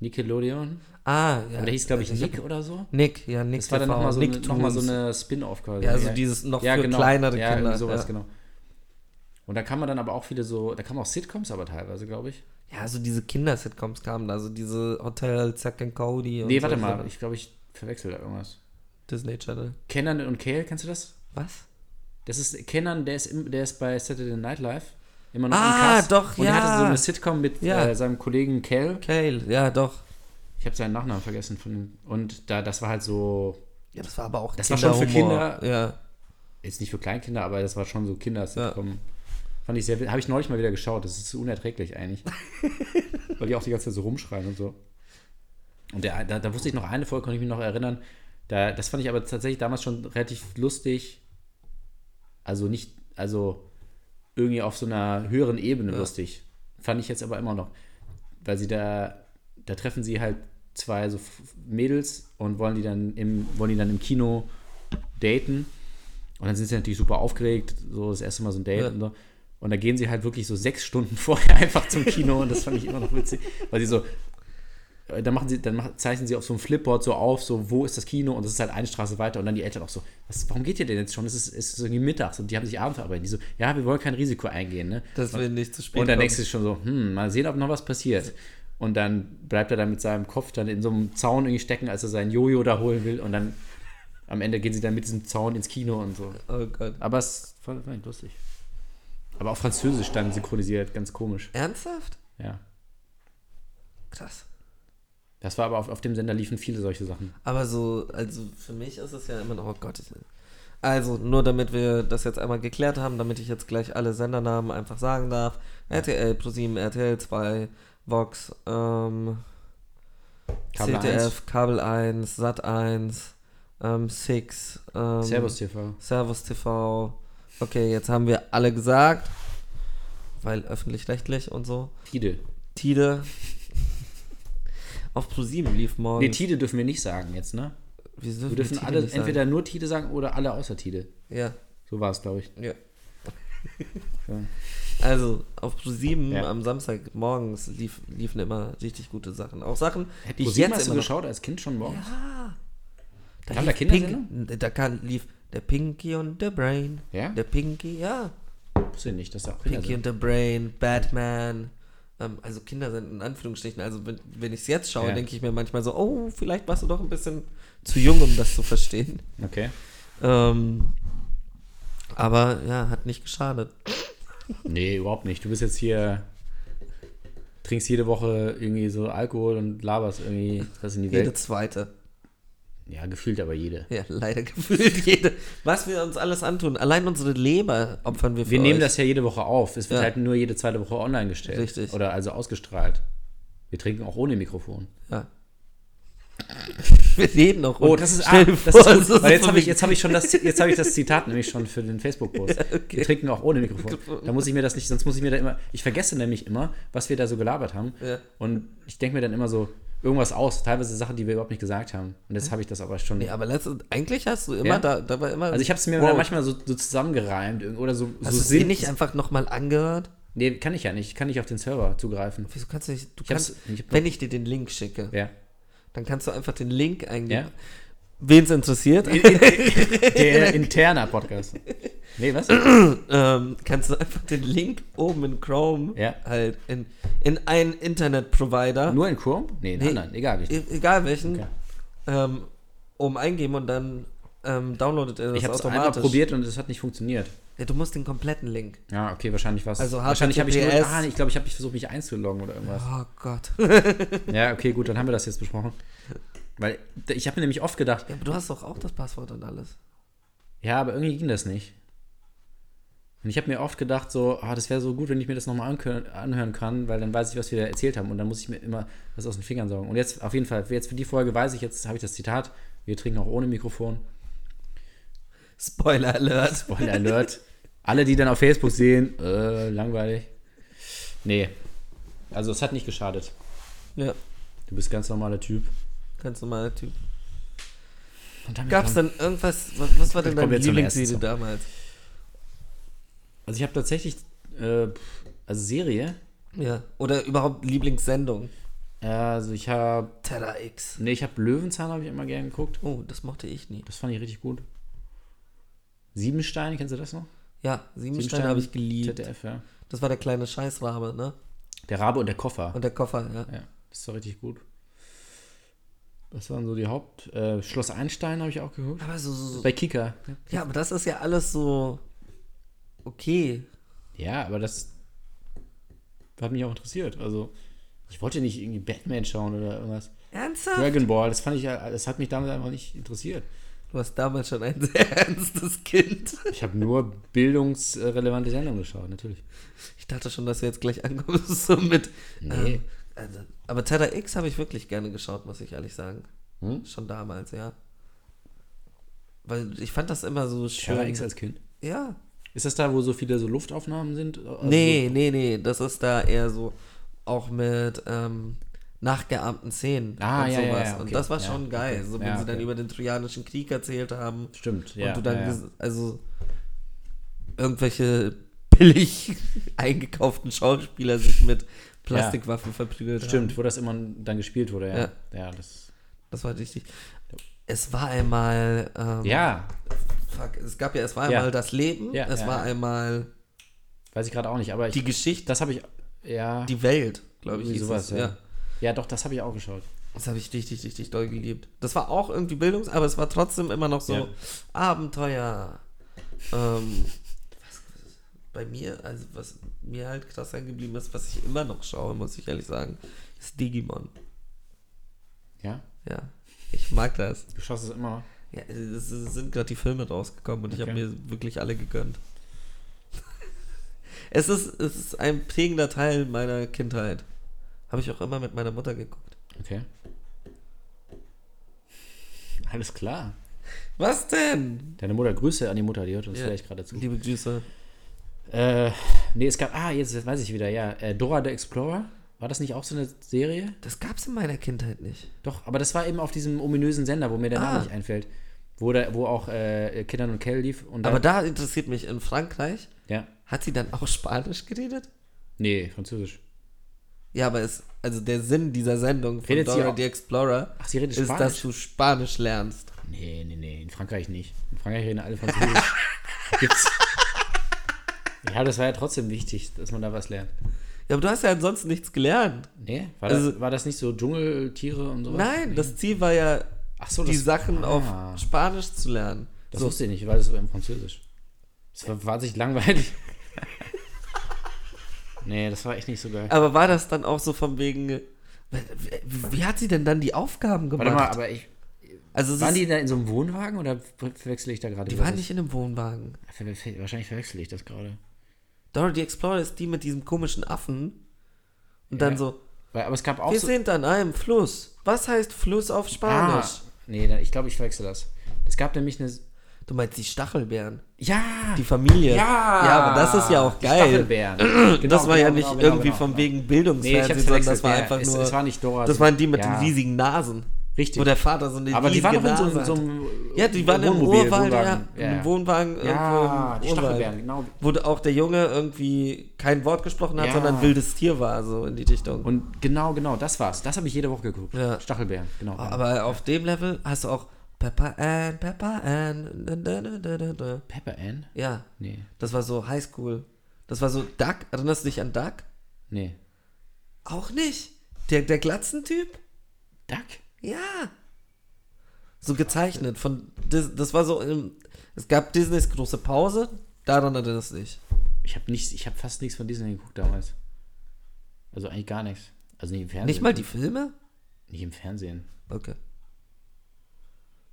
Speaker 2: Nickelodeon?
Speaker 3: Ah, ja.
Speaker 2: Aber der hieß, glaube ich,
Speaker 3: Also
Speaker 2: Nick oder so.
Speaker 3: Nick, ja, Nick
Speaker 2: Das war dann nochmal so, eine-
Speaker 3: Nick
Speaker 2: noch mal so
Speaker 3: Toons.
Speaker 2: eine Spin-off quasi.
Speaker 3: Ja, also dieses noch für
Speaker 2: genau.
Speaker 3: kleinere
Speaker 2: ja, irgendwie
Speaker 3: Kinder,
Speaker 2: sowas,
Speaker 3: ja.
Speaker 2: genau. Und da kann man dann aber auch viele so, da kamen auch Sitcoms aber teilweise, glaube ich.
Speaker 3: Ja, so diese Kinder-Sitcoms kamen da, also diese Hotel Zack and Cody und
Speaker 2: Nee,
Speaker 3: so
Speaker 2: warte
Speaker 3: Sachen.
Speaker 2: mal, ich glaube, ich verwechsel da irgendwas.
Speaker 3: Disney Channel.
Speaker 2: Kenan und Kale, kennst du das?
Speaker 3: Was?
Speaker 2: Das ist Kenan, der ist, im, der ist bei Saturday Night Live immer noch
Speaker 3: Ah,
Speaker 2: im Cast.
Speaker 3: doch,
Speaker 2: und
Speaker 3: ja.
Speaker 2: er hatte so eine Sitcom mit
Speaker 3: Ja.
Speaker 2: äh, seinem Kollegen Kale.
Speaker 3: Kale, ja, doch.
Speaker 2: Ich habe seinen Nachnamen vergessen von ihm. Und da, das war halt so,
Speaker 3: Ja, das war aber auch
Speaker 2: Das war schon für
Speaker 3: Kinderhumor.
Speaker 2: Kinder.
Speaker 3: Ja.
Speaker 2: jetzt nicht für Kleinkinder, aber das war schon so Kinder-Sitcom. Fand ich sehr, habe ich neulich mal wieder geschaut. Das ist so unerträglich eigentlich. Weil die auch die ganze Zeit so rumschreien und so. Und der, da, da wusste ich noch eine Folge, konnte ich mich noch erinnern. Da, das fand ich aber tatsächlich damals schon relativ lustig. Also nicht, also irgendwie auf so einer höheren Ebene lustig. Fand ich jetzt aber immer noch. Weil sie da, da treffen sie halt zwei so F- Mädels und wollen die dann im, wollen die dann im Kino daten. Und dann sind sie natürlich super aufgeregt, so das erste Mal so ein Date
Speaker 3: Ja.
Speaker 2: und so. Und da gehen sie halt wirklich so sechs Stunden [laughs] vorher einfach zum Kino und das fand ich immer noch witzig, weil sie so, äh, dann machen sie, dann mach- zeichnen sie auf so einem Flipboard so auf, so wo ist das Kino und das ist halt eine Straße weiter und dann die Eltern auch so, was, warum geht ihr denn jetzt schon? Es ist, es ist irgendwie mittags und die haben sich abends verarbeitet. Die so, ja, wir wollen kein Risiko eingehen, ne?
Speaker 3: Dass wir nicht zu spät
Speaker 2: Und dann
Speaker 3: kommen.
Speaker 2: denkst du schon so, hm, mal sehen, ob noch was passiert. Und dann bleibt er dann mit seinem Kopf dann in so einem Zaun irgendwie stecken, als er seinen Jojo da holen will. Und dann am Ende gehen sie dann mit diesem Zaun ins Kino und so.
Speaker 3: Oh Gott.
Speaker 2: Aber es fand, fand ich lustig. Aber auf Französisch dann synchronisiert, ganz komisch.
Speaker 3: Ernsthaft?
Speaker 2: Ja.
Speaker 3: Krass.
Speaker 2: Das war aber auf, auf dem Sender liefen viele solche Sachen.
Speaker 3: Aber so, also für mich ist es ja immer noch, oh Gott. Ich, also, nur damit wir das jetzt einmal geklärt haben, damit ich jetzt gleich alle Sendernamen einfach sagen darf. RTL, ProSieben, RTL 2, Vox, ähm,
Speaker 2: Kabel
Speaker 3: CTF, Kabel 1, Sat 1, ähm, Six, ähm,
Speaker 2: 1, Servus TV.
Speaker 3: Servus TV. Okay, jetzt haben wir alle gesagt, weil öffentlich-rechtlich und so.
Speaker 2: Tide.
Speaker 3: Tide. Auf ProSieben lief morgen.
Speaker 2: Nee, Tide dürfen wir nicht sagen jetzt, ne? Wir dürfen alle entweder nur Tide sagen oder alle außer Tide.
Speaker 3: Ja,
Speaker 2: So war es, glaube ich.
Speaker 3: ja.
Speaker 2: Ja.
Speaker 3: Also, auf ProSieben
Speaker 2: Ja.
Speaker 3: am Samstag morgens lief, liefen immer richtig gute Sachen. Auch Sachen, die ich
Speaker 2: ProSieben
Speaker 3: jetzt
Speaker 2: hast du
Speaker 3: immer noch,
Speaker 2: geschaut als Kind schon morgens?
Speaker 3: da
Speaker 2: Kam
Speaker 3: lief
Speaker 2: da Kindersendung?
Speaker 3: Pink, Da kann, lief der Pinky und der Brain.
Speaker 2: Ja?
Speaker 3: Der Pinky, ja.
Speaker 2: Wusste ich nicht, dass da auch Kinder
Speaker 3: Pinky
Speaker 2: sind.
Speaker 3: und the Brain, Batman. Ähm, also Kinder sind in Anführungsstrichen. Also wenn, wenn ich es jetzt schaue,
Speaker 2: Ja.
Speaker 3: denke ich mir manchmal so, oh, vielleicht warst du doch ein bisschen zu jung, um das zu verstehen.
Speaker 2: Okay.
Speaker 3: Ähm, aber ja, hat nicht geschadet.
Speaker 2: Nee, überhaupt nicht. Du bist jetzt hier, trinkst jede Woche irgendwie so Alkohol und laberst irgendwie das in die
Speaker 3: Jede
Speaker 2: Welt.
Speaker 3: zweite.
Speaker 2: Ja, gefühlt aber jede.
Speaker 3: Ja, leider [laughs] gefühlt jede. Was wir uns alles antun. Allein unsere Leber opfern wir für
Speaker 2: Wir nehmen
Speaker 3: euch.
Speaker 2: das ja jede Woche auf. Es wird
Speaker 3: Ja.
Speaker 2: halt nur jede zweite Woche online gestellt.
Speaker 3: Richtig.
Speaker 2: Oder also ausgestrahlt. Wir trinken auch ohne Mikrofon.
Speaker 3: Ja. [laughs] Wir reden noch.
Speaker 2: Oh,
Speaker 3: und
Speaker 2: das ist, ah,
Speaker 3: stell dir
Speaker 2: das
Speaker 3: vor,
Speaker 2: ist
Speaker 3: es
Speaker 2: gut, weil jetzt
Speaker 3: so
Speaker 2: habe ich,
Speaker 3: wie-
Speaker 2: jetzt hab ich schon das, jetzt habe ich das
Speaker 3: [laughs]
Speaker 2: Zitat nämlich schon für den Facebook-Post. Wir trinken auch ohne Mikrofon. Da muss ich mir das nicht, sonst muss ich mir da immer, ich vergesse nämlich immer, was wir da so gelabert haben.
Speaker 3: Ja.
Speaker 2: Und ich denke mir dann immer so irgendwas aus, teilweise Sachen, die wir überhaupt nicht gesagt haben. Und jetzt habe ich das aber schon.
Speaker 3: Nee, aber letztens, eigentlich hast du immer,
Speaker 2: Ja?
Speaker 3: da, da war immer.
Speaker 2: Also ich habe es mir
Speaker 3: Wow.
Speaker 2: manchmal so, so zusammengereimt irgend- oder so, so
Speaker 3: Hast du sie nicht einfach nochmal angehört?
Speaker 2: Nee, kann ich ja nicht. Ich kann nicht auf den Server zugreifen.
Speaker 3: Wieso kannst du nicht? Du
Speaker 2: hab's-
Speaker 3: kannst,
Speaker 2: ich hab noch-
Speaker 3: wenn ich dir den Link schicke,
Speaker 2: Ja.
Speaker 3: dann kannst du einfach den Link eingeben.
Speaker 2: Ja.
Speaker 3: Wen es interessiert, [laughs]
Speaker 2: Der interner Podcast. Nee,
Speaker 3: [coughs]
Speaker 2: was?
Speaker 3: ähm, kannst du einfach den Link oben in Chrome
Speaker 2: Ja.
Speaker 3: halt in, in einen Internetprovider,
Speaker 2: Nur in Chrome? Nee, in
Speaker 3: Nee.
Speaker 2: anderen. Egal. Ich,
Speaker 3: e egal welchen,
Speaker 2: Okay.
Speaker 3: ähm, oben eingeben und dann ähm, downloadet er das
Speaker 2: ich habe es einmal
Speaker 3: automatisch.
Speaker 2: probiert und es hat nicht funktioniert.
Speaker 3: Ja, du musst den kompletten Link.
Speaker 2: Ja, okay, wahrscheinlich war's.
Speaker 3: Also
Speaker 2: wahrscheinlich habe ich nur,
Speaker 3: HTTPS.
Speaker 2: ah, ich glaube, ich habe versucht, mich einzuloggen oder irgendwas.
Speaker 3: Oh
Speaker 2: [laughs]
Speaker 3: Gott.
Speaker 2: Ja, okay, gut, dann haben wir das jetzt besprochen. Weil ich habe mir nämlich oft gedacht,
Speaker 3: Ja, aber du hast doch auch das Passwort und alles.
Speaker 2: ja, aber irgendwie ging das nicht. Und ich habe mir oft gedacht, so, ah, das wäre so gut, wenn ich mir das nochmal anhören kann, weil dann weiß ich, was wir da erzählt haben. Und dann muss ich mir immer was aus den Fingern saugen. Und jetzt, auf jeden Fall, jetzt für die Folge weiß ich, jetzt habe ich das Zitat. Wir trinken auch ohne Mikrofon.
Speaker 3: Spoiler Alert.
Speaker 2: Spoiler Alert. Alle, die dann auf Facebook sehen, äh, langweilig. Nee. Also, es hat nicht geschadet.
Speaker 3: Ja,
Speaker 2: Du bist ganz normaler Typ.
Speaker 3: ganz normaler Typ.
Speaker 2: Und damit
Speaker 3: Gab es
Speaker 2: kam-
Speaker 3: denn irgendwas, was, was war denn
Speaker 2: Jetzt
Speaker 3: deine
Speaker 2: kommen wir zum
Speaker 3: Lieblingsserie
Speaker 2: ersten Song.
Speaker 3: damals?
Speaker 2: Also ich habe tatsächlich, äh, pff, also Serie,
Speaker 3: Ja. Oder überhaupt Lieblingssendung?
Speaker 2: äh, also ich habe,
Speaker 3: Terra X.
Speaker 2: nee, ich habe Löwenzahn habe ich immer gern geguckt.
Speaker 3: Oh, das mochte ich nie.
Speaker 2: Das fand ich richtig gut. Siebenstein, kennst du das noch?
Speaker 3: Ja, Siebenstein habe ich geliebt.
Speaker 2: ZDF, ja.
Speaker 3: Das war der kleine Scheißrabe, ne?
Speaker 2: Der Rabe und der Koffer.
Speaker 3: Und der Koffer, ja.
Speaker 2: ja, das war richtig gut. Das waren so die Haupt, äh, Schloss Einstein habe ich auch geguckt.
Speaker 3: Aber so, so, so.
Speaker 2: Bei Kika.
Speaker 3: Ja, aber das ist ja alles so okay.
Speaker 2: Ja, aber das hat mich auch interessiert. Also ich wollte nicht irgendwie Batman schauen oder irgendwas.
Speaker 3: Ernsthaft?
Speaker 2: Dragon Ball, das fand ich, ja- das hat mich damals einfach nicht interessiert.
Speaker 3: Du warst damals schon ein [laughs] sehr ernstes Kind.
Speaker 2: Ich habe nur bildungsrelevante Sendungen geschaut, natürlich.
Speaker 3: Ich dachte schon, dass du jetzt gleich ankommst, [laughs] so mit.
Speaker 2: Nee.
Speaker 3: Ähm, also, aber Terra X habe ich wirklich gerne geschaut, muss ich ehrlich sagen.
Speaker 2: Hm?
Speaker 3: Schon damals, ja. Weil ich fand das immer so schön.
Speaker 2: Terra X als Kind.
Speaker 3: ja.
Speaker 2: Ist das da, wo so viele so Luftaufnahmen sind? Also
Speaker 3: nee, nee, nee. Das ist da eher so auch mit ähm, nachgeahmten Szenen
Speaker 2: Ah,
Speaker 3: und
Speaker 2: ja, ja,
Speaker 3: sowas.
Speaker 2: ja, okay.
Speaker 3: Und das war
Speaker 2: Ja,
Speaker 3: schon geil.
Speaker 2: okay.
Speaker 3: So, wenn
Speaker 2: Ja,
Speaker 3: sie dann
Speaker 2: okay.
Speaker 3: über den Trojanischen Krieg erzählt haben.
Speaker 2: So, stimmt,
Speaker 3: Ja,
Speaker 2: ja.
Speaker 3: und du dann,
Speaker 2: ja, ja.
Speaker 3: ges- also, irgendwelche billig [laughs] eingekauften Schauspieler sich mit Plastikwaffen verprügelt haben.
Speaker 2: Stimmt, wo das immer dann gespielt wurde, ja.
Speaker 3: Ja.
Speaker 2: Ja, das.
Speaker 3: Das war richtig. Es war einmal. Ähm,
Speaker 2: Ja,
Speaker 3: Fuck, es gab ja, es war
Speaker 2: Ja.
Speaker 3: einmal das Leben.
Speaker 2: Ja,
Speaker 3: es
Speaker 2: ja,
Speaker 3: war
Speaker 2: ja.
Speaker 3: einmal
Speaker 2: weiß ich gerade auch nicht, aber
Speaker 3: die
Speaker 2: ich,
Speaker 3: Geschichte,
Speaker 2: das habe ich. Ja,
Speaker 3: die Welt, glaube ich.
Speaker 2: irgendwie
Speaker 3: hieß
Speaker 2: sowas,
Speaker 3: es,
Speaker 2: ja. ja. doch, das habe ich auch geschaut.
Speaker 3: Das habe ich richtig, richtig doll geliebt. Das war auch irgendwie Bildungs, aber es war trotzdem immer noch so
Speaker 2: Ja.
Speaker 3: Abenteuer. Ähm, was- bei mir, also was mir halt krass hängen geblieben ist, was ich immer noch schaue, muss ich ehrlich sagen, ist Digimon.
Speaker 2: Ja,
Speaker 3: Ja, ich mag das.
Speaker 2: du schaust es immer.
Speaker 3: Ja, es es sind gerade die Filme rausgekommen und ich habe
Speaker 2: Okay.
Speaker 3: mir wirklich alle gegönnt. es, ist, es ist ein prägender Teil meiner Kindheit. Habe ich auch immer mit meiner Mutter geguckt.
Speaker 2: Okay. Alles klar.
Speaker 3: Was denn?
Speaker 2: Deine Mutter, Grüße an die Mutter, die hört uns
Speaker 3: Ja.
Speaker 2: vielleicht gerade zu.
Speaker 3: Liebe Grüße.
Speaker 2: Äh, nee, es gab, ah, jetzt weiß ich wieder, ja. Äh, Dora the Explorer, war das nicht auch so eine Serie?
Speaker 3: Das gab's in meiner Kindheit nicht.
Speaker 2: Doch, aber das war eben auf diesem ominösen Sender, wo mir der Name
Speaker 3: Ah.
Speaker 2: nicht einfällt. Wo, da, wo auch äh, Kindern und Kell lief. Und
Speaker 3: Aber
Speaker 2: dann,
Speaker 3: da interessiert mich, in Frankreich
Speaker 2: Ja.
Speaker 3: hat sie dann auch Spanisch geredet?
Speaker 2: Nee, Französisch.
Speaker 3: Ja, aber es, also der Sinn dieser Sendung von
Speaker 2: Redet sie
Speaker 3: Dora
Speaker 2: auch-
Speaker 3: the Explorer
Speaker 2: Ach, sie redet
Speaker 3: ist,
Speaker 2: Spanisch?
Speaker 3: dass du Spanisch lernst.
Speaker 2: Nee, nee, nee, in Frankreich nicht. In Frankreich reden alle
Speaker 3: [laughs]
Speaker 2: Französisch. Gibt's. Ja, das war ja trotzdem wichtig, dass man da was lernt.
Speaker 3: Ja, aber du hast ja ansonsten nichts gelernt.
Speaker 2: Nee, war, das,
Speaker 3: Also-
Speaker 2: war das nicht so Dschungeltiere und sowas?
Speaker 3: Nein, das Ziel war ja,
Speaker 2: Ach so,
Speaker 3: die
Speaker 2: das-
Speaker 3: Sachen
Speaker 2: ah.
Speaker 3: auf Spanisch zu lernen.
Speaker 2: Das wusste ich nicht, weil das war im Französisch. Das war wahnsinnig
Speaker 3: [laughs]
Speaker 2: langweilig. nee, das war echt nicht so geil.
Speaker 3: Aber war das dann auch so von wegen. Wie, wie hat sie denn dann die Aufgaben gemacht?
Speaker 2: Warte mal, aber ich.
Speaker 3: also es
Speaker 2: Waren
Speaker 3: ist,
Speaker 2: die da in so einem Wohnwagen oder verwechsel ich da gerade?
Speaker 3: die
Speaker 2: wieder
Speaker 3: waren
Speaker 2: was?
Speaker 3: nicht in einem Wohnwagen.
Speaker 2: Verwe- Wahrscheinlich verwechsel ich das gerade.
Speaker 3: Dora the Explorer ist die mit diesem komischen Affen. Und dann
Speaker 2: Ja.
Speaker 3: so,
Speaker 2: Weil, aber es gab auch
Speaker 3: Wir
Speaker 2: so.
Speaker 3: sind an einem Fluss. Was heißt Fluss auf
Speaker 2: ah,
Speaker 3: Spanisch?
Speaker 2: nee, da, ich glaube, ich verwechsel das. Es gab nämlich eine.
Speaker 3: Du meinst die Stachelbeeren.
Speaker 2: Ja!
Speaker 3: Die Familie. Ja, aber das ist ja auch
Speaker 2: Die
Speaker 3: geil.
Speaker 2: Stachelbeeren. Genau,
Speaker 3: [clears throat] das war ja
Speaker 2: genau,
Speaker 3: nicht
Speaker 2: genau,
Speaker 3: irgendwie
Speaker 2: genau,
Speaker 3: von
Speaker 2: genau.
Speaker 3: wegen
Speaker 2: Nee, ich
Speaker 3: Bildungsfernsehen,
Speaker 2: hab's
Speaker 3: sondern
Speaker 2: verwechselt.
Speaker 3: das war
Speaker 2: ja,
Speaker 3: einfach
Speaker 2: es,
Speaker 3: nur.
Speaker 2: Es war nicht Dora.
Speaker 3: das waren die mit
Speaker 2: ja.
Speaker 3: den riesigen Nasen.
Speaker 2: Richtig.
Speaker 3: Wo der Vater so eine
Speaker 2: Aber die waren
Speaker 3: riesige
Speaker 2: doch in so, einem-
Speaker 3: Nase
Speaker 2: so
Speaker 3: hat.
Speaker 2: einem.
Speaker 3: Ja, die waren im
Speaker 2: Wohnmobil,
Speaker 3: Urwald, ja.
Speaker 2: Wohnwagen.
Speaker 3: In einem Wohnwagen
Speaker 2: Ja, die
Speaker 3: irgendwo im
Speaker 2: Stachelbeeren,
Speaker 3: Urwald.
Speaker 2: genau.
Speaker 3: Wo auch der Junge irgendwie kein Wort gesprochen hat,
Speaker 2: Ja.
Speaker 3: sondern wildes Tier war, so in die Richtung.
Speaker 2: Und genau, genau, das war's. Das habe ich jede Woche geguckt.
Speaker 3: Ja.
Speaker 2: Stachelbeeren, genau.
Speaker 3: aber auf dem Level hast du auch Pepper Ann, Pepper Ann. da, da, da, da, da, da.
Speaker 2: Pepper Ann?
Speaker 3: Ja.
Speaker 2: Nee,
Speaker 3: Das war so Highschool. Das war so Duck. Erinnerst du dich an Duck?
Speaker 2: nee.
Speaker 3: Auch nicht. Der, der Glatzentyp?
Speaker 2: Duck?
Speaker 3: Ja. So gezeichnet. Von Dis das war so. im- es gab Disneys große Pause. Daran erinnerst du dich.
Speaker 2: Ich habe nichts, ich habe fast nichts von Disney geguckt damals. Also eigentlich gar nichts. Also nicht im Fernsehen.
Speaker 3: Nicht mal die Filme?
Speaker 2: Nicht im Fernsehen.
Speaker 3: Okay.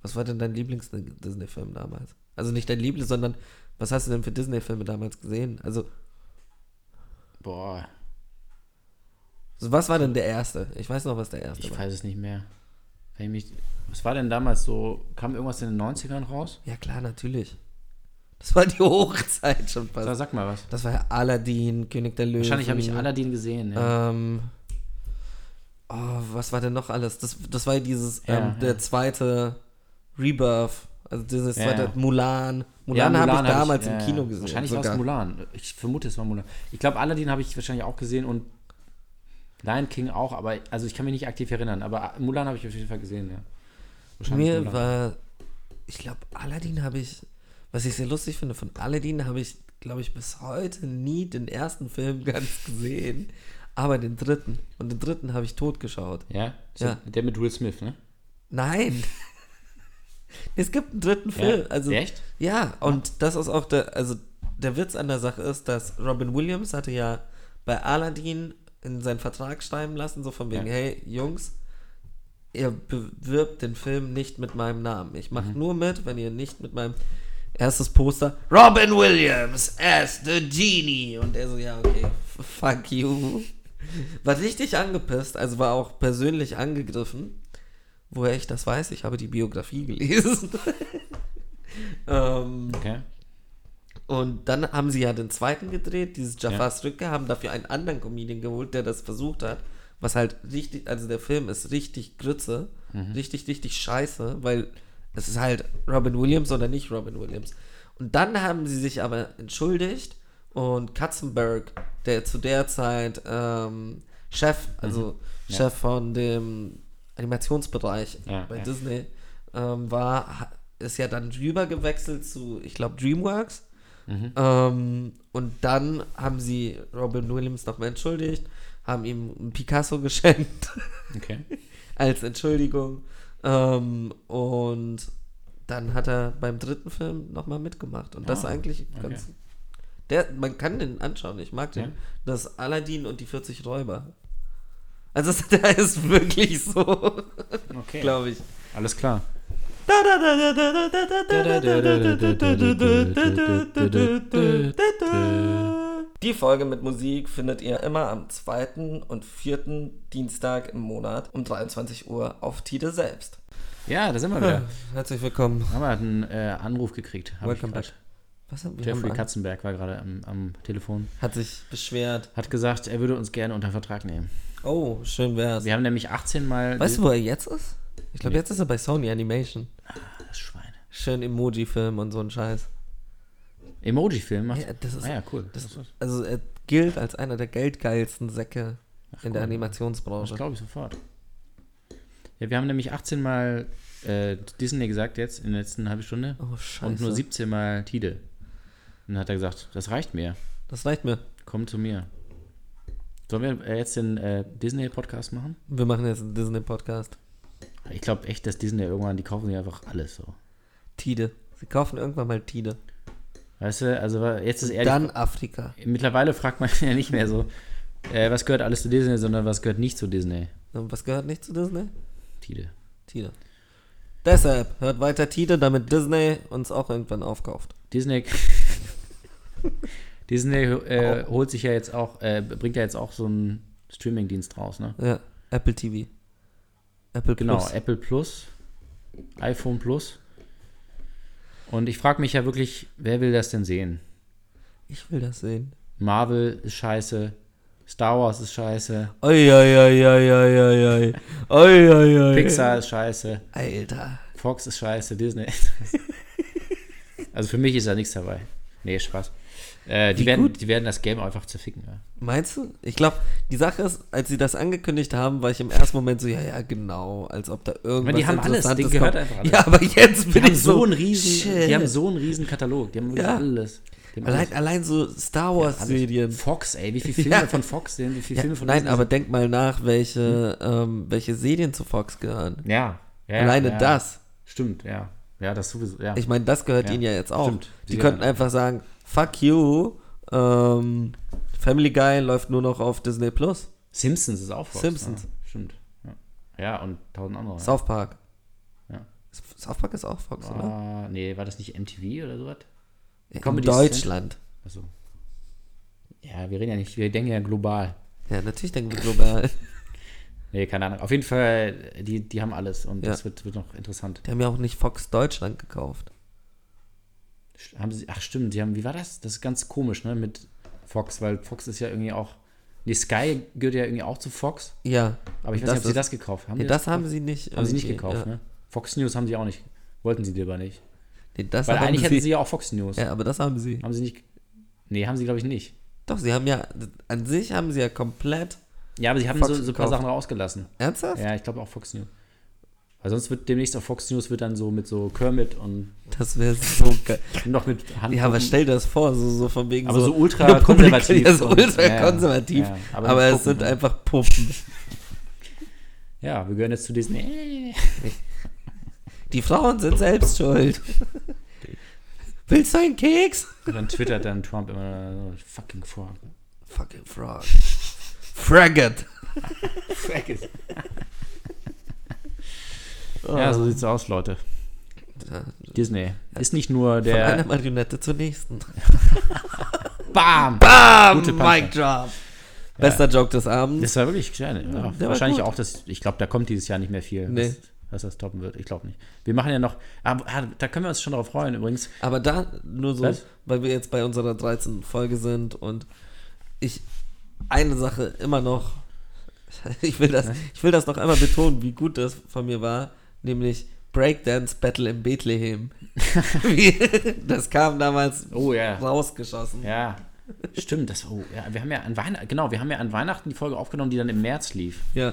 Speaker 3: Was war denn dein Lieblings-Disney-Film damals? Also nicht dein Lieblings, sondern was hast du denn für Disney-Filme damals gesehen? Also,
Speaker 2: Boah,
Speaker 3: so was war denn der erste? Ich weiß noch, was der erste
Speaker 2: ich
Speaker 3: war.
Speaker 2: weiß es nicht mehr. Wenn ich mich, was war denn damals so? Kam irgendwas in den 90ern raus?
Speaker 3: Ja, klar, natürlich. Das war die [laughs] Hochzeit schon
Speaker 2: Da
Speaker 3: fast.
Speaker 2: sag mal was.
Speaker 3: Das war ja Aladdin, König der Löwen.
Speaker 2: Wahrscheinlich habe ich Aladdin gesehen. Ja.
Speaker 3: Ähm, oh, was war denn noch alles? Das, das war ja dieses,
Speaker 2: Ja,
Speaker 3: ähm,
Speaker 2: ja.
Speaker 3: der zweite Rebirth. Also dieses
Speaker 2: Ja,
Speaker 3: zweite
Speaker 2: ja.
Speaker 3: Mulan.
Speaker 2: Ja,
Speaker 3: Mulan, habe ne, ich
Speaker 2: hab
Speaker 3: damals
Speaker 2: ja,
Speaker 3: im
Speaker 2: ja.
Speaker 3: Kino gesehen.
Speaker 2: Wahrscheinlich war
Speaker 3: sogar.
Speaker 2: es Mulan. Ich vermute, es war Mulan. Ich glaube, Aladdin habe ich wahrscheinlich auch gesehen und Lion King auch, aber also ich kann mich nicht aktiv erinnern, aber Mulan habe ich auf jeden Fall gesehen, ja. Wahrscheinlich
Speaker 3: Mir
Speaker 2: Mulan.
Speaker 3: war, ich glaube, Aladdin habe ich, was ich sehr lustig finde, von Aladdin habe ich, glaube ich, bis heute nie den ersten Film [laughs] ganz gesehen, aber den dritten. Und den dritten habe ich totgeschaut.
Speaker 2: ja? So,
Speaker 3: Ja.
Speaker 2: Der mit Will Smith, ne? [laughs]
Speaker 3: Nein! es gibt einen dritten
Speaker 2: Ja.
Speaker 3: Film. Also,
Speaker 2: Echt?
Speaker 3: Ja, und das ist auch der, also der Witz an der Sache ist, dass Robin Williams hatte ja bei Aladdin in seinen Vertrag schreiben lassen, so von wegen,
Speaker 2: Ja.
Speaker 3: hey Jungs, ihr bewirbt den Film nicht mit meinem Namen. Ich
Speaker 2: Mhm.
Speaker 3: mache nur mit, wenn ihr nicht mit meinem erstes Poster Robin Williams as the Genie und er so, ja, okay, f-
Speaker 2: [laughs]
Speaker 3: fuck you. War richtig angepisst, also war auch persönlich angegriffen. Woher ich das weiß, ich habe die Biografie gelesen. ähm,
Speaker 2: Okay.
Speaker 3: und dann haben sie ja den zweiten gedreht, dieses Jafars Rückkehr, haben dafür einen anderen Comedian geholt, der das versucht hat. Was halt richtig, also der Film ist richtig Grütze,
Speaker 2: Mhm.
Speaker 3: richtig, richtig scheiße, weil es ist halt Robin Williams oder nicht Robin Williams. Und dann haben sie sich aber entschuldigt und Katzenberg, der zu der Zeit ähm, Chef, also
Speaker 2: Mhm. Ja.
Speaker 3: Chef von dem Animationsbereich
Speaker 2: Ja,
Speaker 3: bei
Speaker 2: ja.
Speaker 3: Disney ähm, war, ha- ist ja dann rüber gewechselt zu, ich glaube, DreamWorks. Ähm, und dann haben sie Robin Williams nochmal entschuldigt, haben ihm einen Picasso [laughs] geschenkt
Speaker 2: Okay.
Speaker 3: als Entschuldigung. Ähm, und dann hat er beim dritten Film nochmal mitgemacht. Und das ist
Speaker 2: Ah,
Speaker 3: eigentlich
Speaker 2: okay.
Speaker 3: ganz. Der, man kann den anschauen, ich mag den.
Speaker 2: Ja.
Speaker 3: Das Aladdin und die 40 Räuber. Also, [laughs] das- der ist wirklich so,
Speaker 2: Okay.
Speaker 3: glaube ich.
Speaker 2: Alles klar.
Speaker 3: Die Folge mit Musik findet ihr immer am zweiten und vierten Dienstag im Monat um 23 Uhr auf Tide selbst.
Speaker 2: Ja, da sind wir
Speaker 3: [laughs]
Speaker 2: wieder.
Speaker 3: Herzlich willkommen.
Speaker 2: Haben wir einen äh, Anruf gekriegt. hab ich
Speaker 3: Welcome
Speaker 2: grad.
Speaker 3: back. Was haben wir
Speaker 2: Jeffrey
Speaker 3: gemacht?
Speaker 2: Katzenberg war gerade am, am Telefon.
Speaker 3: Hat sich beschwert.
Speaker 2: Hat gesagt, er würde uns gerne unter Vertrag nehmen.
Speaker 3: Oh, schön wär's.
Speaker 2: Wir haben nämlich 18 Mal.
Speaker 3: Weißt du, wo er jetzt ist? Ich glaube, jetzt ist er bei Sony Animation.
Speaker 2: das Schwein.
Speaker 3: Schön Emoji-Film und so ein Scheiß.
Speaker 2: Emoji-Film macht.
Speaker 3: Ja, das ist-
Speaker 2: ah ja, cool. Das,
Speaker 3: Das, also er gilt als einer der geldgeilsten Säcke in der
Speaker 2: das
Speaker 3: Animationsbranche.
Speaker 2: glaube ich sofort. Ja, wir haben nämlich 18 Mal äh, Disney gesagt jetzt in der letzten halben Stunde.
Speaker 3: Oh, scheiße.
Speaker 2: und nur 17 Mal Tide. Und dann hat er gesagt, das reicht mir.
Speaker 3: das reicht mir.
Speaker 2: Komm zu mir. Sollen wir äh, jetzt den äh, Disney-Podcast machen?
Speaker 3: Wir machen jetzt einen Disney-Podcast.
Speaker 2: Ich glaube echt, dass Disney irgendwann, die kaufen sich einfach alles so.
Speaker 3: Tide. Sie kaufen irgendwann mal Tide.
Speaker 2: Weißt du, also jetzt ist eher die
Speaker 3: Dann Afrika.
Speaker 2: Mittlerweile fragt man [laughs] ja nicht mehr so, äh, was gehört alles zu Disney, sondern was gehört nicht zu Disney.
Speaker 3: Und was gehört nicht zu Disney?
Speaker 2: Tide.
Speaker 3: Tide. Deshalb hört weiter Tide, damit Disney uns auch irgendwann aufkauft. [laughs]
Speaker 2: Disney. Disney äh, holt sich ja jetzt auch, äh, bringt ja jetzt auch so einen Streaming-Dienst raus, ne?
Speaker 3: Ja, Apple TV. Apple
Speaker 2: Genau,
Speaker 3: Plus.
Speaker 2: Apple Plus, iPhone Plus. Und ich frage mich ja wirklich, wer will das denn sehen?
Speaker 3: Ich will das sehen.
Speaker 2: Marvel ist scheiße, Star Wars ist scheiße,
Speaker 3: Oi, oi, oi, oi, oi, oi, oi. Oi, oi, oi.
Speaker 2: Pixar ist scheiße,
Speaker 3: Alter.
Speaker 2: Fox ist scheiße, Disney ist
Speaker 3: [laughs]
Speaker 2: scheiße. Also für mich ist da nichts dabei. Nee, Spaß. Äh, die,
Speaker 3: Wie
Speaker 2: werden,
Speaker 3: gut.
Speaker 2: die werden das Game einfach zerficken. Ja.
Speaker 3: Meinst du? Ich glaube, die Sache ist, als sie das angekündigt haben, war ich im ersten Moment so, ja, ja, genau, als ob da irgendwas
Speaker 2: die haben alles, denen
Speaker 3: Interessantes
Speaker 2: gehört
Speaker 3: kommt.
Speaker 2: einfach alles.
Speaker 3: Ja, aber jetzt
Speaker 2: Die
Speaker 3: bin
Speaker 2: haben
Speaker 3: ich so,
Speaker 2: so einen riesen, die
Speaker 3: shit.
Speaker 2: haben so einen riesen Katalog. Die haben wirklich
Speaker 3: Ja.
Speaker 2: alles. Die haben
Speaker 3: allein, allein so Star Wars
Speaker 2: alles.
Speaker 3: Serien.
Speaker 2: Fox, ey, wie viele Filme
Speaker 3: [laughs] Ja.
Speaker 2: von Fox sind, wie viele
Speaker 3: Ja,
Speaker 2: Filme von
Speaker 3: nein,
Speaker 2: Disney
Speaker 3: aber denk mal nach, welche, ähm, welche Serien zu Fox gehören.
Speaker 2: sind. ja, ja,
Speaker 3: Alleine
Speaker 2: ja.
Speaker 3: das.
Speaker 2: Stimmt, ja. Ja, das sowieso, ja.
Speaker 3: Ich meine, das gehört
Speaker 2: Ja,
Speaker 3: ihnen ja jetzt auch.
Speaker 2: stimmt. Sie
Speaker 3: Die könnten
Speaker 2: gehören-
Speaker 3: einfach sagen, fuck you, ähm, Family Guy läuft nur noch auf Disney Plus.
Speaker 2: Simpsons ist auch Fox.
Speaker 3: Simpsons.
Speaker 2: Ja, stimmt. Ja. ja, und tausend andere.
Speaker 3: South Park.
Speaker 2: Ja.
Speaker 3: South Park ist auch Fox, oder?
Speaker 2: Ah, nee, war das nicht MTV oder sowas?
Speaker 3: Äh, In
Speaker 2: Comedy
Speaker 3: Deutschland.
Speaker 2: Achso. Ja, wir reden ja nicht, wir denken ja global.
Speaker 3: Ja, natürlich denken wir global.
Speaker 2: Nee, keine Ahnung. Auf jeden Fall, die, die haben alles und
Speaker 3: Ja.
Speaker 2: das wird, wird noch interessant.
Speaker 3: Die haben ja auch nicht Fox Deutschland gekauft.
Speaker 2: Sch- Haben sie, ach stimmt, die haben, wie war das? Das ist ganz komisch, ne, mit Fox, weil Fox ist ja irgendwie auch, nee, Sky gehört ja irgendwie auch zu Fox,
Speaker 3: Ja.
Speaker 2: aber ich weiß nicht,
Speaker 3: Das
Speaker 2: ob sie
Speaker 3: ist-
Speaker 2: das gekauft haben.
Speaker 3: Nee,
Speaker 2: die
Speaker 3: das haben sie nicht.
Speaker 2: haben sie nicht
Speaker 3: irgendwie,
Speaker 2: gekauft,
Speaker 3: ja.
Speaker 2: ne? Fox News haben sie auch nicht, wollten sie lieber nicht.
Speaker 3: Nee, das
Speaker 2: Weil
Speaker 3: haben
Speaker 2: eigentlich
Speaker 3: sie,
Speaker 2: hätten sie ja auch Fox News.
Speaker 3: Ja, aber das haben sie.
Speaker 2: Haben sie nicht, nee, haben sie glaube ich nicht.
Speaker 3: Doch, sie haben ja, an sich haben sie ja komplett,
Speaker 2: Ja, aber sie haben
Speaker 3: Fox
Speaker 2: so, so ein paar
Speaker 3: gekauft.
Speaker 2: Sachen rausgelassen.
Speaker 3: ernsthaft?
Speaker 2: Ja, ich glaube auch Fox News. Weil sonst wird demnächst auf Fox News wird dann so mit so Kermit und
Speaker 3: Das wäre so geil.
Speaker 2: noch mit Hand.
Speaker 3: Ja, aber stell dir das vor, so, so von wegen
Speaker 2: Aber so ultra
Speaker 3: eine Puppe,
Speaker 2: konservativ
Speaker 3: Ja, so
Speaker 2: und-
Speaker 3: ultra
Speaker 2: ja, ja,
Speaker 3: konservativ.
Speaker 2: ja, aber
Speaker 3: aber
Speaker 2: mit
Speaker 3: es
Speaker 2: Puppen,
Speaker 3: sind
Speaker 2: ne?
Speaker 3: einfach Puppen.
Speaker 2: Ja, wir gehören jetzt zu Disney.
Speaker 3: Die Frauen sind selbst schuld. Willst du einen Keks?
Speaker 2: Und dann twittert dann Trump immer so, fucking Frog.
Speaker 3: Fucking Frog. Fraggot.
Speaker 2: Frag ist. Ja, so sieht's aus, Leute.
Speaker 3: Ja,
Speaker 2: Disney ist nicht nur
Speaker 3: Von einer
Speaker 2: der
Speaker 3: Marionette zur nächsten.
Speaker 2: Bam.
Speaker 3: Bam!
Speaker 2: Gute
Speaker 3: Mic
Speaker 2: Punchline.
Speaker 3: Drop. Bester Joke des Abends.
Speaker 2: Das war wirklich klein.
Speaker 3: Ja,
Speaker 2: Ja,
Speaker 3: der war
Speaker 2: wahrscheinlich
Speaker 3: gut.
Speaker 2: auch das. Ich glaube, da kommt dieses Jahr nicht mehr viel,
Speaker 3: Nee.
Speaker 2: was, was das toppen wird. Ich glaube nicht. Wir machen ja noch. Ah, ah, da können wir uns schon drauf freuen. Übrigens,
Speaker 3: Aber da nur so,
Speaker 2: Was?
Speaker 3: weil wir jetzt bei unserer 13. Folge sind und ich eine Sache immer noch, [laughs] ich will das, ich will das noch einmal betonen, wie gut das von mir war, nämlich Breakdance Battle in Bethlehem.
Speaker 2: [laughs]
Speaker 3: Wie- das kam damals
Speaker 2: oh ja,
Speaker 3: rausgeschossen.
Speaker 2: ja, stimmt. Das. Oh, ja, wir haben ja an Weihnachten. Genau, wir haben ja an Weihnachten die Folge aufgenommen, die dann im März lief,
Speaker 3: Ja,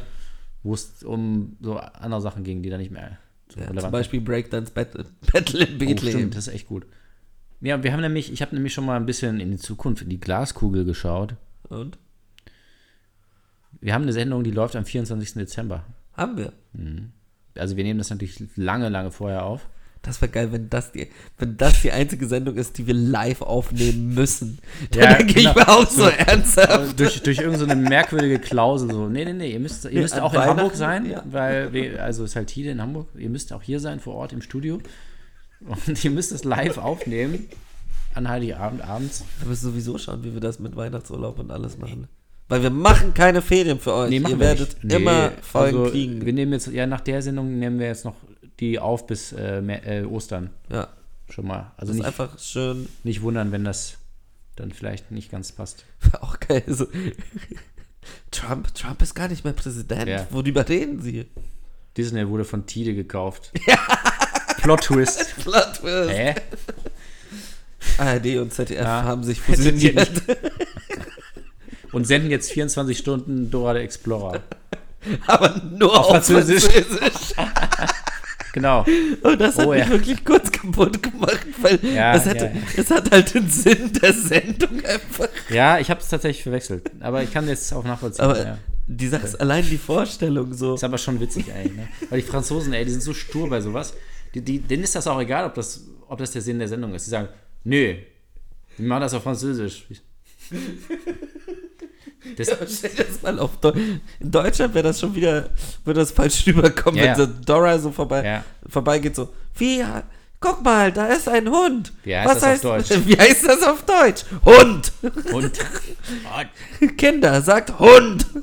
Speaker 2: wo es um so andere Sachen ging, die dann nicht mehr so
Speaker 3: ja
Speaker 2: relevant
Speaker 3: zum
Speaker 2: sind.
Speaker 3: Beispiel Breakdance Battle, Battle in
Speaker 2: Oh,
Speaker 3: Bethlehem.
Speaker 2: stimmt, das ist echt gut. Ja, wir haben nämlich, ich habe nämlich schon mal ein bisschen in die Zukunft, in die Glaskugel geschaut.
Speaker 3: und
Speaker 2: Wir haben eine Sendung, die läuft am 24. Dezember.
Speaker 3: haben wir.
Speaker 2: Also wir nehmen das natürlich lange, lange vorher auf.
Speaker 3: Das wäre geil, wenn das, die, wenn das die einzige Sendung ist, die wir live aufnehmen müssen. Dann
Speaker 2: Ja,
Speaker 3: denke
Speaker 2: genau.
Speaker 3: ich mir auch so ernsthaft.
Speaker 2: Also durch durch irgendeine so eine merkwürdige Klausel so. Nee, nee, nee, ihr müsst, ihr
Speaker 3: Nee,
Speaker 2: müsst
Speaker 3: an
Speaker 2: auch in Hamburg
Speaker 3: Weihnachten,
Speaker 2: sein,
Speaker 3: ja.
Speaker 2: weil wir, also ist halt hier in Hamburg, ihr müsst auch hier sein, vor Ort im Studio. Und ihr müsst es live aufnehmen an Heiligabend abends.
Speaker 3: Wir müssen sowieso schauen, wie wir das mit Weihnachtsurlaub und alles machen. Weil wir machen keine Ferien für euch. Ihr
Speaker 2: wir
Speaker 3: werdet
Speaker 2: nicht. Nee,
Speaker 3: immer Folgen
Speaker 2: also, Wir
Speaker 3: kriegen.
Speaker 2: nehmen jetzt, ja, nach der Sendung nehmen wir jetzt noch die auf bis äh, Mä- äh, Ostern
Speaker 3: Ja,
Speaker 2: schon mal. Also
Speaker 3: das ist
Speaker 2: nicht,
Speaker 3: einfach schön. [laughs]
Speaker 2: nicht wundern, wenn das dann vielleicht nicht ganz passt.
Speaker 3: Auch geil. So. Trump, Trump ist gar nicht mehr Präsident.
Speaker 2: Ja.
Speaker 3: Worüber reden Sie?
Speaker 2: Disney wurde von Tide
Speaker 3: [laughs]
Speaker 2: gekauft. Plot Twist.
Speaker 3: Plot Twist.
Speaker 2: Hä?
Speaker 3: ARD und ZDF
Speaker 2: Ja.
Speaker 3: haben sich fusioniert.
Speaker 2: Und senden jetzt 24 Stunden Dora der Explorer.
Speaker 3: [laughs] aber nur auf,
Speaker 2: Französisch.
Speaker 3: Französisch.
Speaker 2: Genau.
Speaker 3: Und das hat
Speaker 2: Oh,
Speaker 3: mich
Speaker 2: ja.
Speaker 3: wirklich kurz kaputt gemacht, weil
Speaker 2: Ja,
Speaker 3: das, hätte,
Speaker 2: ja.
Speaker 3: das hat halt den Sinn der Sendung einfach.
Speaker 2: Ja, ich habe es tatsächlich verwechselt. Aber ich kann jetzt auch nachvollziehen.
Speaker 3: Aber
Speaker 2: ja.
Speaker 3: die Sache ist allein die Vorstellung so.
Speaker 2: Ist aber schon witzig eigentlich, ne? Weil die Franzosen, ey, die sind so stur bei sowas. Die, die, denen ist das auch egal, ob das, ob das der Sinn der Sendung ist. Die sagen, nö, wir machen das auf Französisch. Das,
Speaker 3: Ja, Stell dir das mal auf Deu In Deutschland wäre das schon wieder, würde das falsch rüberkommen,
Speaker 2: Ja, ja.
Speaker 3: wenn so Dora so vorbei,
Speaker 2: Ja.
Speaker 3: vorbeigeht, so, wie, guck mal, da ist ein Hund.
Speaker 2: Wie heißt das auf Deutsch?
Speaker 3: [laughs] Wie heißt das auf Deutsch? Hund. [laughs]
Speaker 2: und,
Speaker 3: Kinder, sagt Hund. [laughs]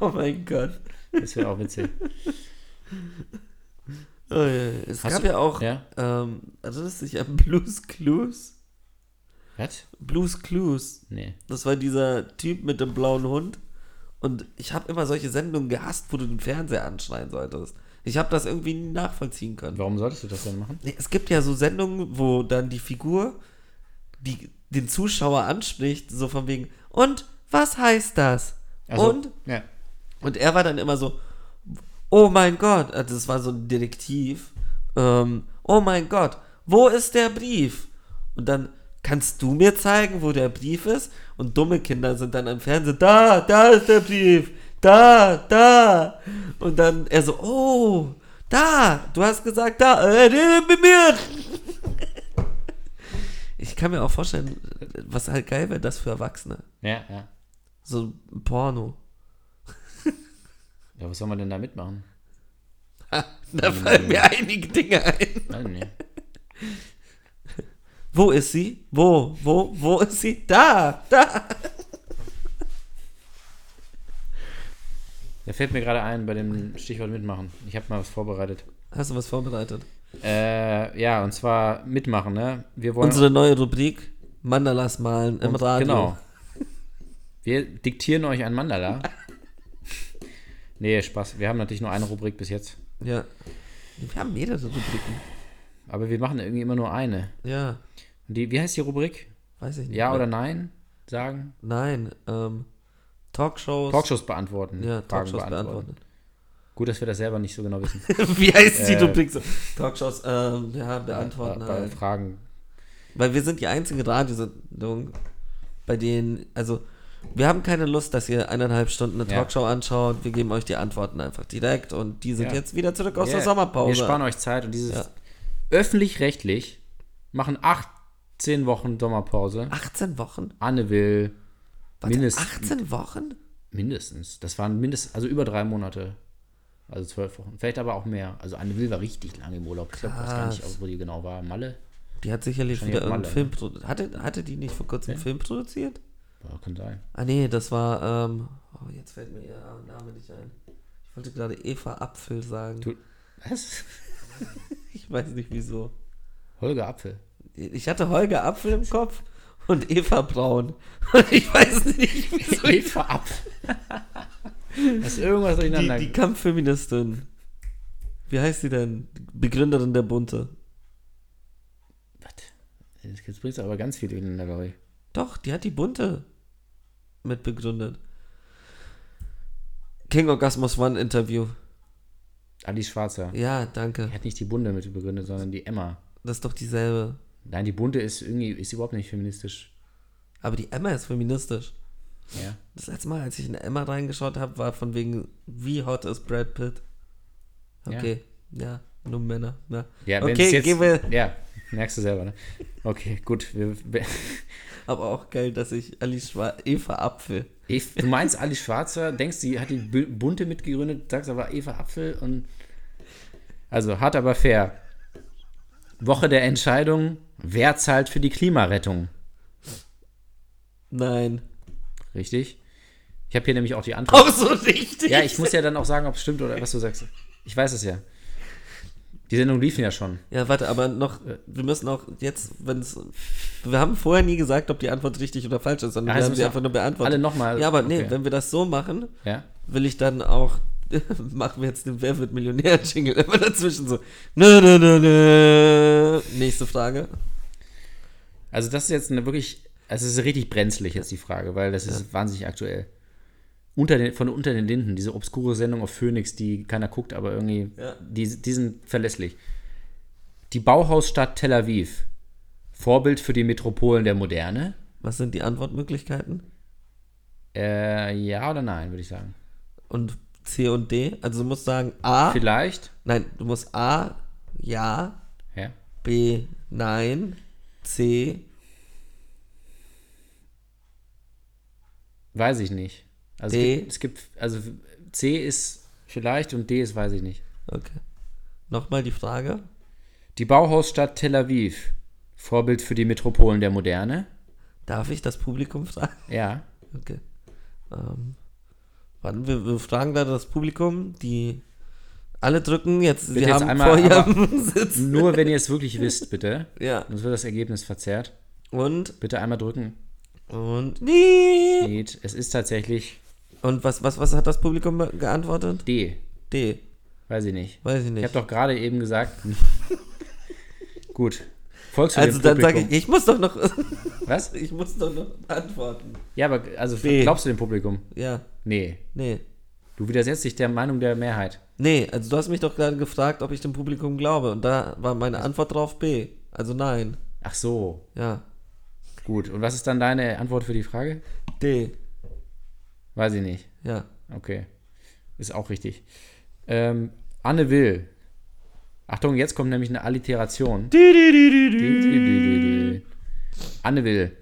Speaker 3: oh mein Gott.
Speaker 2: das wäre auch witzig.
Speaker 3: Oh, ja, ja. Es
Speaker 2: Hast
Speaker 3: gab
Speaker 2: du-
Speaker 3: ja auch,
Speaker 2: ja?
Speaker 3: ähm, erinnerst du dich an [laughs] Blues Clues?
Speaker 2: Was?
Speaker 3: Blues Clues.
Speaker 2: Nee.
Speaker 3: Das war dieser Typ mit dem blauen Hund. Und ich habe immer solche Sendungen gehasst, wo du den Fernseher anschreien solltest. Ich habe das irgendwie nie nachvollziehen können.
Speaker 2: Warum solltest du das denn machen?
Speaker 3: Nee, Es gibt ja so Sendungen, wo dann die Figur die, den Zuschauer anspricht, so von wegen, und was heißt das?
Speaker 2: Also-
Speaker 3: und,
Speaker 2: Ja.
Speaker 3: und er war dann immer so, oh mein Gott, also das war so ein Detektiv, ähm, oh mein Gott, wo ist der Brief? Und dann kannst du mir zeigen, wo der Brief ist? Und dumme Kinder sind dann am Fernsehen, da, da ist der Brief, da, da. Und dann er so, oh, da, du hast gesagt, da, äh, rede mit mir. [laughs] Ich kann mir auch vorstellen, was halt geil wäre, das für Erwachsene.
Speaker 2: Ja, ja.
Speaker 3: So ein Porno.
Speaker 2: Aber was soll man denn da mitmachen?
Speaker 3: [laughs] Da fallen mir einige Dinge ein.
Speaker 2: Weiß nicht.
Speaker 3: Wo ist sie? Wo? Wo? Wo ist sie? Da! Da!
Speaker 2: Da fällt mir gerade ein bei dem Stichwort mitmachen. Ich habe mal was vorbereitet.
Speaker 3: Hast du was vorbereitet?
Speaker 2: Äh, ja, und zwar mitmachen, ne? Wir wollen.
Speaker 3: Unsere neue Rubrik: Mandalas malen im Radio.
Speaker 2: Genau. Wir diktieren euch ein Mandala. nee, Spaß. Wir haben natürlich nur eine Rubrik bis jetzt.
Speaker 3: Ja. Wir haben mehrere Rubriken.
Speaker 2: Aber wir machen irgendwie immer nur eine.
Speaker 3: Ja.
Speaker 2: Und die, wie heißt die Rubrik?
Speaker 3: Weiß ich nicht.
Speaker 2: Ja
Speaker 3: mehr.
Speaker 2: oder nein? Sagen?
Speaker 3: Nein. Ähm, Talkshows.
Speaker 2: Talkshows beantworten.
Speaker 3: Ja,
Speaker 2: Fragen
Speaker 3: Talkshows beantworten.
Speaker 2: Gut, dass wir das selber nicht so genau wissen.
Speaker 3: [laughs] Wie heißt die
Speaker 2: Äh,
Speaker 3: Rubrik so? Talkshows, ähm, ja, beantworten
Speaker 2: Bei- bei
Speaker 3: halt.
Speaker 2: Fragen.
Speaker 3: Weil wir sind die einzige Radiosendung, bei denen, also, wir haben keine Lust, dass ihr eineinhalb Stunden eine
Speaker 2: Ja.
Speaker 3: Talkshow anschaut. Wir geben euch die Antworten einfach direkt und die sind
Speaker 2: Ja.
Speaker 3: jetzt wieder zurück aus
Speaker 2: Yeah.
Speaker 3: der Sommerpause.
Speaker 2: Wir sparen euch Zeit und dieses
Speaker 3: Ja.
Speaker 2: öffentlich-rechtlich machen 18 Wochen Sommerpause.
Speaker 3: 18 Wochen?
Speaker 2: Anne will
Speaker 3: Warte,
Speaker 2: mindestens.
Speaker 3: 18 Wochen?
Speaker 2: Mindestens. Das waren mindestens, also über drei Monate. Also zwölf Wochen. Vielleicht aber auch mehr. Also Anne Will war richtig lange im Urlaub. Ich glaube, weiß gar nicht, wo die genau war. Malle?
Speaker 3: Die hat sicherlich
Speaker 2: Wahrscheinlich
Speaker 3: wieder
Speaker 2: auf
Speaker 3: irgendeinen
Speaker 2: Malle, ne?
Speaker 3: Film produziert. Hatte, hatte die nicht vor kurzem einen Film produziert?
Speaker 2: Ja, kann sein.
Speaker 3: Ah nee, das war, ähm, oh, jetzt fällt mir ihr Name nicht ein. Ich wollte gerade Eva Apfel sagen.
Speaker 2: Du,
Speaker 3: [laughs]
Speaker 2: was?
Speaker 3: Ich weiß nicht wieso.
Speaker 2: Holger
Speaker 3: [laughs]
Speaker 2: Apfel.
Speaker 3: Ich hatte Holger Apfel im Kopf und Eva Braun. [laughs] Und ich weiß nicht wieso. Ich,
Speaker 2: Eva Apfel. [laughs] Das ist irgendwas
Speaker 3: die,
Speaker 2: durcheinander.
Speaker 3: die Kampffeministin. Wie heißt sie denn? Begründerin der Bunte.
Speaker 2: was? Jetzt bringst du aber ganz viel durcheinander, glaube ich.
Speaker 3: Doch, die hat die Bunte mit begründet. King Orgasmus One Interview.
Speaker 2: Alice Schwarzer.
Speaker 3: Ja, danke.
Speaker 2: Die hat nicht die Bunde mit begründet, sondern die Emma.
Speaker 3: Das ist doch dieselbe.
Speaker 2: Nein, die Bunte ist irgendwie, ist überhaupt nicht feministisch.
Speaker 3: Aber die Emma ist feministisch.
Speaker 2: Ja.
Speaker 3: Das letzte Mal, als ich in Emma reingeschaut habe, war von wegen, wie hot ist Brad Pitt? Okay, ja, nur Männer. Ja,
Speaker 2: Ja, wenn's
Speaker 3: okay,
Speaker 2: jetzt,
Speaker 3: gehen wir.
Speaker 2: Ja, merkst du selber, ne? Okay, gut. Wir, wir,
Speaker 3: Aber auch geil, dass ich Alice Schwa Eva Apfel.
Speaker 2: Eva- du meinst Alice Schwarzer, denkst, sie hat die B- Bunte mitgegründet, sagst aber Eva Apfel und. Also, hart aber fair. Woche der Entscheidung: Wer zahlt für die Klimarettung?
Speaker 3: Nein. [laughs]
Speaker 2: Richtig? Ich habe hier nämlich auch die Antwort.
Speaker 3: Auch so richtig.
Speaker 2: Ja, ich muss ja dann auch sagen, ob es stimmt oder was du sagst. Ich weiß es ja. Die Sendung liefen ja schon.
Speaker 3: Ja, warte, aber noch, wir müssen auch jetzt, wenn es. Wir haben vorher nie gesagt, ob die Antwort richtig oder falsch ist,
Speaker 2: Ja,
Speaker 3: sondern
Speaker 2: das
Speaker 3: wir haben sie
Speaker 2: müssen
Speaker 3: einfach nur beantwortet.
Speaker 2: alle noch mal-
Speaker 3: Ja, aber nee,
Speaker 2: okay.
Speaker 3: wenn wir das so machen,
Speaker 2: Ja?
Speaker 3: will ich dann auch. [laughs] machen wir jetzt den Wer wird Millionär-Jingle immer dazwischen so. Nö, nö, nö, nö. Nächste Frage.
Speaker 2: Also, das ist jetzt eine wirklich. Also, es ist richtig brenzlig jetzt die Frage, weil das ist wahnsinnig aktuell. Unter den, von unter den Linden, diese obskure Sendung auf Phoenix, die keiner guckt, aber irgendwie.
Speaker 3: Ja.
Speaker 2: Die, die sind verlässlich. Die Bauhausstadt Tel Aviv. Vorbild für die Metropolen der Moderne?
Speaker 3: Was sind die Antwortmöglichkeiten?
Speaker 2: Äh, ja oder nein, würde ich sagen.
Speaker 3: Und C und D? Also du musst sagen A.
Speaker 2: Vielleicht.
Speaker 3: Nein, du musst A, ja,
Speaker 2: Ja.
Speaker 3: B, nein, C,
Speaker 2: Weiß ich nicht. Also
Speaker 3: D.
Speaker 2: Es, gibt, es gibt, also C ist vielleicht und D ist weiß ich nicht.
Speaker 3: okay. Nochmal die Frage.
Speaker 2: Die Bauhausstadt Tel Aviv, Vorbild für die Metropolen der Moderne.
Speaker 3: Darf ich das Publikum fragen? [laughs]
Speaker 2: Ja.
Speaker 3: Okay. Ähm, warten, wir, wir fragen da das Publikum, die alle drücken jetzt, sie
Speaker 2: jetzt
Speaker 3: haben
Speaker 2: einmal-
Speaker 3: vor
Speaker 2: aber-
Speaker 3: ihrem [laughs] Sitz.
Speaker 2: Nur wenn ihr es wirklich wisst, bitte.
Speaker 3: Ja.
Speaker 2: Sonst wird das Ergebnis verzerrt.
Speaker 3: Und,
Speaker 2: Bitte einmal drücken.
Speaker 3: und,
Speaker 2: Geht. Es ist tatsächlich
Speaker 3: und was, was, was hat das Publikum geantwortet?
Speaker 2: D.
Speaker 3: D.
Speaker 2: Weiß ich nicht.
Speaker 3: Weiß ich
Speaker 2: Ich habe
Speaker 3: nicht.
Speaker 2: doch gerade eben gesagt. [laughs] Gut. Folgst du
Speaker 3: also
Speaker 2: dem
Speaker 3: dann sage
Speaker 2: Publikum?
Speaker 3: ich, ich muss doch noch, [laughs]
Speaker 2: Was?
Speaker 3: ich muss doch noch antworten.
Speaker 2: Ja, aber also
Speaker 3: B.
Speaker 2: glaubst du dem Publikum?
Speaker 3: Ja,
Speaker 2: Nee.
Speaker 3: nee.
Speaker 2: Du widersetzt dich der Meinung der Mehrheit.
Speaker 3: Nee, also du hast mich doch gerade gefragt, ob ich dem Publikum glaube. Und da war meine Antwort drauf B. Also nein.
Speaker 2: Ach so.
Speaker 3: Ja.
Speaker 2: Gut. Und was ist dann deine Antwort für die Frage?
Speaker 3: D.
Speaker 2: Weiß ich nicht.
Speaker 3: Ja.
Speaker 2: Okay. Ist auch richtig. Ähm, Anne Will. Achtung, jetzt kommt nämlich eine Alliteration. Anne Will.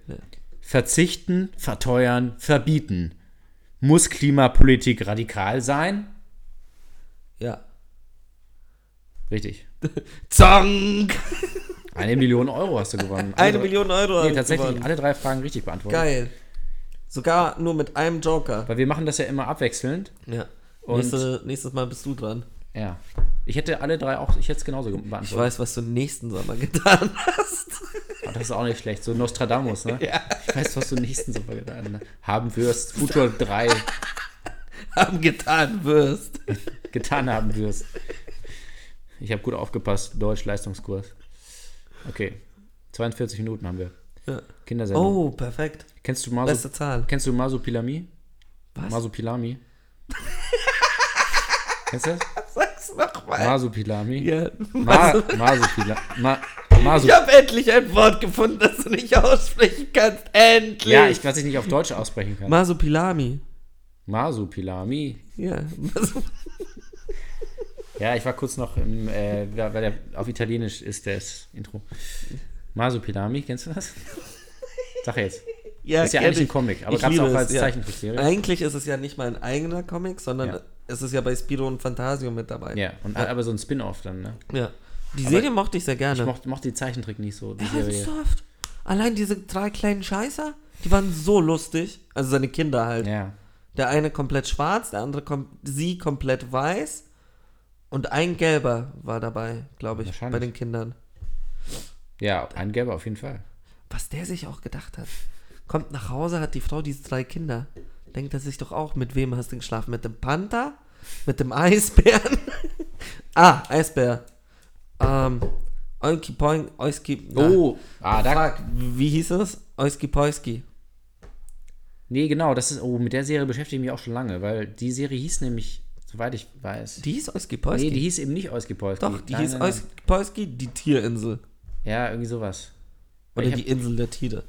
Speaker 2: Verzichten, verteuern, verbieten. Muss Klimapolitik radikal sein?
Speaker 3: Ja. [laughs]
Speaker 2: Richtig.
Speaker 3: Zank!
Speaker 2: Eine Million Euro hast du gewonnen. Alle
Speaker 3: Eine
Speaker 2: drei-
Speaker 3: Million Euro.
Speaker 2: Also, Nee,
Speaker 3: hat
Speaker 2: tatsächlich
Speaker 3: gewonnen.
Speaker 2: alle drei Fragen richtig beantwortet.
Speaker 3: Geil. Sogar nur mit einem Joker.
Speaker 2: Weil wir machen das ja immer abwechselnd.
Speaker 3: Ja.
Speaker 2: Und-
Speaker 3: Nächste, nächstes Mal bist du dran.
Speaker 2: Ja. Ich hätte alle drei auch, ich hätte es genauso ge-
Speaker 3: Ich
Speaker 2: beantwortet.
Speaker 3: weiß, was du nächsten Sommer [laughs] getan hast.
Speaker 2: Aber Das ist auch nicht schlecht. So Nostradamus,
Speaker 3: [laughs]
Speaker 2: ne? Ich weiß, was du nächsten Sommer getan ne? haben wirst. Futur 3
Speaker 3: Haben getan wirst.
Speaker 2: getan haben wirst. Ich habe gut aufgepasst. Deutsch, Leistungskurs. Okay. 42 Minuten haben wir.
Speaker 3: Ja.
Speaker 2: Kindersendung.
Speaker 3: Oh, perfekt.
Speaker 2: Kennst du Masu,
Speaker 3: Beste Zahl.
Speaker 2: kennst du Masupilami?
Speaker 3: Was? [laughs]
Speaker 2: Masupilami? kennst du das?
Speaker 3: Sag's nochmal.
Speaker 2: Masupilami?
Speaker 3: Ja.
Speaker 2: Ma, Masupilami. Ma, Masu.
Speaker 3: Ich habe endlich ein Wort gefunden, das du nicht aussprechen kannst. Endlich.
Speaker 2: Ja, ich, was ich nicht auf Deutsch aussprechen kann.
Speaker 3: Masupilami.
Speaker 2: Masupilami.
Speaker 3: Ja.
Speaker 2: Ja, ich war kurz noch im, äh, weil weil der auf Italienisch ist das Intro. Masupilami, kennst du
Speaker 3: [laughs]
Speaker 2: das? Sag jetzt.
Speaker 3: ja,
Speaker 2: Ist ja
Speaker 3: kenn
Speaker 2: eigentlich ein
Speaker 3: ich.
Speaker 2: Comic, aber
Speaker 3: Ich
Speaker 2: gab's
Speaker 3: liebe
Speaker 2: auch
Speaker 3: es,
Speaker 2: als
Speaker 3: ja.
Speaker 2: Zeichentrickserie.
Speaker 3: Eigentlich ist es ja nicht mal ein eigener Comic, sondern
Speaker 2: Ja.
Speaker 3: es ist ja bei Spiro und Fantasio mit dabei.
Speaker 2: Ja, und aber so ein Spin-off dann, ne?
Speaker 3: Ja. Die Serie mochte ich sehr gerne.
Speaker 2: Ich mochte, mochte die Zeichentrick nicht so, die
Speaker 3: Ah,
Speaker 2: Serie.
Speaker 3: Ernsthaft? Allein diese drei kleinen Scheißer, die waren so lustig. Also seine Kinder halt.
Speaker 2: Ja.
Speaker 3: Der eine komplett schwarz, der andere kom sie komplett weiß. Und ein gelber war dabei, glaube ich,
Speaker 2: Wahrscheinlich.
Speaker 3: bei den Kindern.
Speaker 2: Ja, ein Gelber auf jeden Fall.
Speaker 3: Was der sich auch gedacht hat. Kommt nach Hause, hat die Frau diese drei Kinder. Denkt er sich doch auch, mit wem hast du geschlafen? Mit dem Panther? Mit dem Eisbären? [laughs] ah, Eisbär. Ähm, Oinki Poink, Oiski. na,
Speaker 2: Oh, ah, da,
Speaker 3: Fuck, wie hieß es? Oiski Poiski.
Speaker 2: nee, genau, das ist, oh, mit der Serie beschäftige ich mich auch schon lange, weil die Serie hieß nämlich, soweit ich weiß,
Speaker 3: Die hieß Oiski Poiski.
Speaker 2: nee, die hieß eben nicht Oiskipolski.
Speaker 3: Doch, die
Speaker 2: Nein,
Speaker 3: hieß
Speaker 2: nein, nein.
Speaker 3: Oiski Poiski, die Tierinsel.
Speaker 2: Ja, irgendwie sowas.
Speaker 3: Oder
Speaker 2: Ich hab-
Speaker 3: die Insel der Tiere.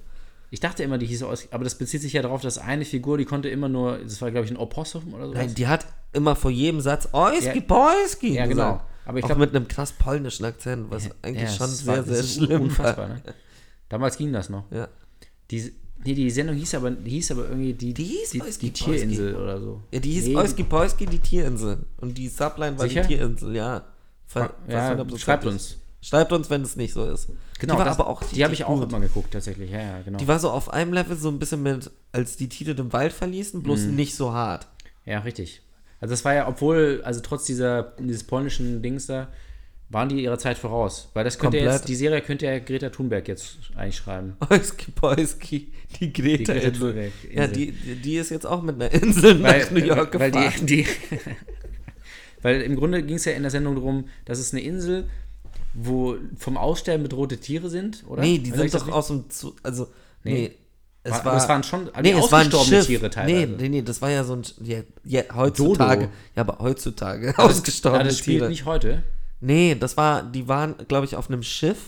Speaker 2: Ich dachte immer, die hieß Oiski, aber das bezieht sich ja darauf, dass eine Figur, die konnte immer nur, das war glaube ich ein Opossum oder so.
Speaker 3: Nein, die hat immer vor jedem Satz Oiski
Speaker 2: Ja.
Speaker 3: Poiski
Speaker 2: Ja, genau. Aber
Speaker 3: Aber
Speaker 2: ich
Speaker 3: ich
Speaker 2: glaub-
Speaker 3: glaube mit einem krass polnischen Akzent, was eigentlich schon sehr, sehr schlimm
Speaker 2: unfassbar,
Speaker 3: war.
Speaker 2: ne? Damals ging das noch.
Speaker 3: Ja.
Speaker 2: Die, nee, die Sendung hieß aber, die hieß aber irgendwie die,
Speaker 3: Die hieß
Speaker 2: die,
Speaker 3: Oiski
Speaker 2: die Tierinsel oder so.
Speaker 3: ja, die hieß
Speaker 2: Nee,
Speaker 3: Oiski Poiski, die Tierinsel. Und die Subline war
Speaker 2: Sicher?
Speaker 3: die Tierinsel, ja. Ver- fast
Speaker 2: Ja,
Speaker 3: 100%.
Speaker 2: schreibt uns.
Speaker 3: Schreibt uns, wenn es nicht so ist.
Speaker 2: Genau,
Speaker 3: die war
Speaker 2: das,
Speaker 3: aber auch
Speaker 2: die habe ich
Speaker 3: richtig
Speaker 2: auch
Speaker 3: gut.
Speaker 2: immer geguckt, tatsächlich. Ja, ja, genau.
Speaker 3: Die war so auf einem Level so ein bisschen mit, als die Tiere den Wald verließen, bloß
Speaker 2: Mhm.
Speaker 3: nicht so hart. [laughs]
Speaker 2: Ja, richtig. Also das war ja, obwohl, also trotz dieser, dieses polnischen Dings da, waren die ihrer Zeit voraus. Weil das könnte ja
Speaker 3: Komplett.
Speaker 2: jetzt, die Serie könnte ja Greta Thunberg jetzt eigentlich schreiben.
Speaker 3: Oiski Poiski, die Greta.
Speaker 2: Die Greta
Speaker 3: Insel.
Speaker 2: Thunberg
Speaker 3: Ja,
Speaker 2: Insel.
Speaker 3: die, die die ist jetzt auch mit einer Insel nach New York
Speaker 2: weil,
Speaker 3: gefahren.
Speaker 2: die, [laughs] die, weil im Grunde ging es ja in der Sendung darum, dass es eine Insel, wo vom Aussterben bedrohte Tiere sind, oder?
Speaker 3: nee, die
Speaker 2: Oder
Speaker 3: sind
Speaker 2: ist das
Speaker 3: doch
Speaker 2: nicht-
Speaker 3: aus dem Zoo, also, nee. Es
Speaker 2: War- aber es waren schon- aber
Speaker 3: nee,
Speaker 2: die
Speaker 3: es waren
Speaker 2: ausgestorbene
Speaker 3: Schiff.
Speaker 2: Tiere teilweise.
Speaker 3: Nee, nee, nee, das war ja so ein, ja, ja, heutzutage,
Speaker 2: Dodo.
Speaker 3: ja, aber heutzutage
Speaker 2: Ah,
Speaker 3: ausgestorbene
Speaker 2: das spielt
Speaker 3: Tiere.
Speaker 2: nicht heute.
Speaker 3: Nee, das war, die waren, glaube ich, auf einem Schiff.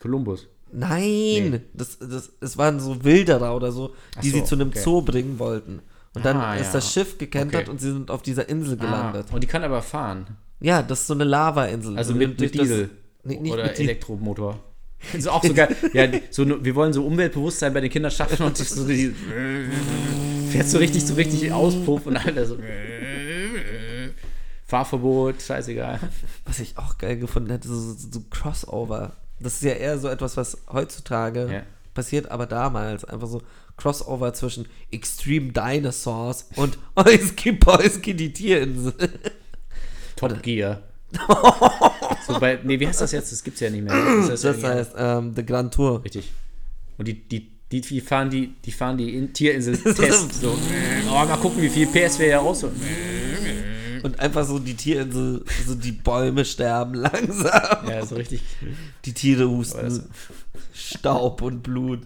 Speaker 2: Kolumbus.
Speaker 3: Nein,
Speaker 2: Nee.
Speaker 3: das, das, es waren so Wilderer oder so, die
Speaker 2: so,
Speaker 3: sie zu einem
Speaker 2: okay.
Speaker 3: Zoo bringen wollten. Und dann
Speaker 2: Ah,
Speaker 3: ist
Speaker 2: ja.
Speaker 3: das Schiff gekentert
Speaker 2: Okay.
Speaker 3: und sie sind auf dieser Insel gelandet.
Speaker 2: Ah, und die kann aber fahren.
Speaker 3: Ja, das ist so eine Lava-Insel.
Speaker 2: Also
Speaker 3: Und
Speaker 2: mit,
Speaker 3: durch
Speaker 2: mit Diesel.
Speaker 3: Das, nee, nicht
Speaker 2: oder
Speaker 3: mit Diesel.
Speaker 2: Elektromotor. [laughs] Ist auch so geil. Ja, so, nur- wir wollen so Umweltbewusstsein bei den Kindern schaffen und so die, [laughs] fährst so richtig, so richtig Auspuff und all das. so. [laughs] Fahrverbot, scheißegal.
Speaker 3: Was ich auch geil gefunden hätte, so, so, so Crossover. Das ist ja eher so etwas, was heutzutage
Speaker 2: Ja.
Speaker 3: passiert, aber damals einfach so Crossover zwischen Extreme Dinosaurs und [laughs] Oiski Poiski, die Tierinsel.
Speaker 2: Top
Speaker 3: [laughs]
Speaker 2: Gear. so bei, nee, wie heißt das jetzt? Das gibt's ja nicht mehr. Das,
Speaker 3: Das heißt, ähm, The Grand Tour.
Speaker 2: Richtig. Und die, die, die, die fahren die, die fahren die in
Speaker 3: [laughs]
Speaker 2: Tierinsel Test. So. Oh, mal gucken, wie viel PS wir hier rausholen. Mhm.
Speaker 3: Und einfach so die Tierinsel, so die Bäume sterben [laughs] langsam.
Speaker 2: Ja, so richtig.
Speaker 3: Die Tiere
Speaker 2: Aber das-
Speaker 3: husten. Staub und Blut.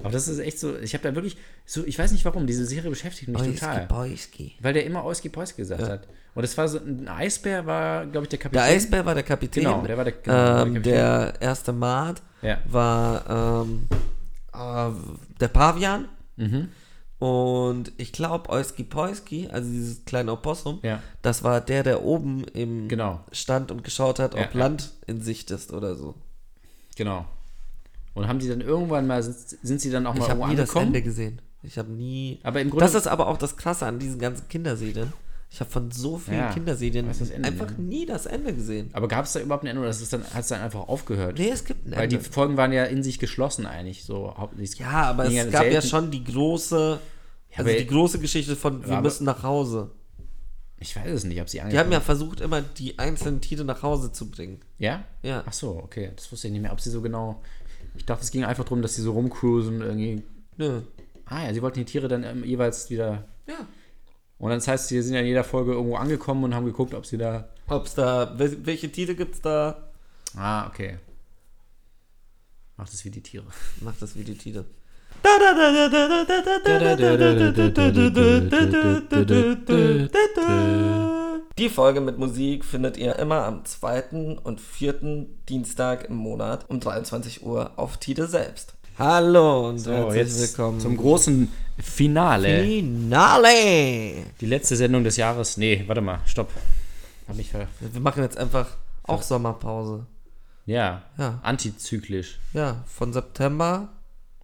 Speaker 2: Aber das ist echt so. Ich habe da wirklich so. Ich weiß nicht warum. Diese Serie beschäftigt mich total.
Speaker 3: Oiski Poiski.
Speaker 2: Weil der immer Oiski Poiski gesagt hat. Und das war so. Ein Eisbär war, glaube ich, der Kapitän.
Speaker 3: Der Eisbär war der Kapitän.
Speaker 2: Genau, der war der- genau, der war der
Speaker 3: ähm, der erste Mart
Speaker 2: Ja.
Speaker 3: war ähm, äh, der Pavian.
Speaker 2: Mhm.
Speaker 3: Und ich glaube, Oiski Poiski, also dieses kleine Opossum,
Speaker 2: Ja.
Speaker 3: das war der, der oben im
Speaker 2: Genau.
Speaker 3: stand und geschaut hat, ob
Speaker 2: Ja, ja.
Speaker 3: Land in Sicht ist oder so.
Speaker 2: Genau. Und haben die dann irgendwann mal. Sind, sind sie dann auch mal
Speaker 3: Ich habe
Speaker 2: irgendwo
Speaker 3: nie das
Speaker 2: angekommen?
Speaker 3: Ende gesehen. Ich habe nie.
Speaker 2: Aber im Grunde-
Speaker 3: das ist aber auch das Krasse an diesen ganzen Kinderserien. Ich Ich habe von so vielen
Speaker 2: Ja,
Speaker 3: Kinderserien
Speaker 2: was ist das Ende,
Speaker 3: einfach
Speaker 2: ne?
Speaker 3: nie das Ende gesehen.
Speaker 2: Aber gab es da überhaupt ein Ende oder hat es dann, hat's dann einfach aufgehört?
Speaker 3: Nee, es gibt ein
Speaker 2: Weil
Speaker 3: Ende.
Speaker 2: die Folgen waren ja in sich geschlossen eigentlich, so hauptsächlich.
Speaker 3: ja, aber
Speaker 2: ging
Speaker 3: es gab ja
Speaker 2: also selten-
Speaker 3: schon die große, also
Speaker 2: aber-
Speaker 3: die große Geschichte von wir
Speaker 2: aber-
Speaker 3: müssen nach Hause.
Speaker 2: Ich weiß es nicht, ob sie
Speaker 3: Die haben
Speaker 2: angefangen
Speaker 3: ja versucht, immer die einzelnen Titel nach Hause zu bringen.
Speaker 2: Ja?
Speaker 3: Ja.
Speaker 2: Ach so, okay. Das wusste ich nicht mehr, ob sie so genau. Ich dachte, es ging einfach darum, dass sie so rumcruisen und irgendwie.
Speaker 3: Nö.
Speaker 2: Ah ja, sie wollten die Tiere dann ähm, jeweils wieder.
Speaker 3: Ja.
Speaker 2: Und dann das heißt, sie sind ja in jeder Folge irgendwo angekommen und haben geguckt, ob sie da.
Speaker 3: Ob es da, wel- welche Titel gibt's da?
Speaker 2: Ah, okay. Macht es wie die [laughs] Tiere.
Speaker 3: Macht das wie die Titel. Die Folge mit Musik findet ihr immer am zweiten und vierten Dienstag im Monat um 23 Uhr auf Tide selbst. Hallo und herzlich willkommen
Speaker 2: zum großen Finale.
Speaker 3: Finale.
Speaker 2: Die letzte Sendung des Jahres. Nee, warte mal, stopp. Hab mich ver.
Speaker 3: Wir machen jetzt einfach auch Sommerpause.
Speaker 2: Ja.
Speaker 3: Ja.
Speaker 2: Antizyklisch.
Speaker 3: Ja, von September.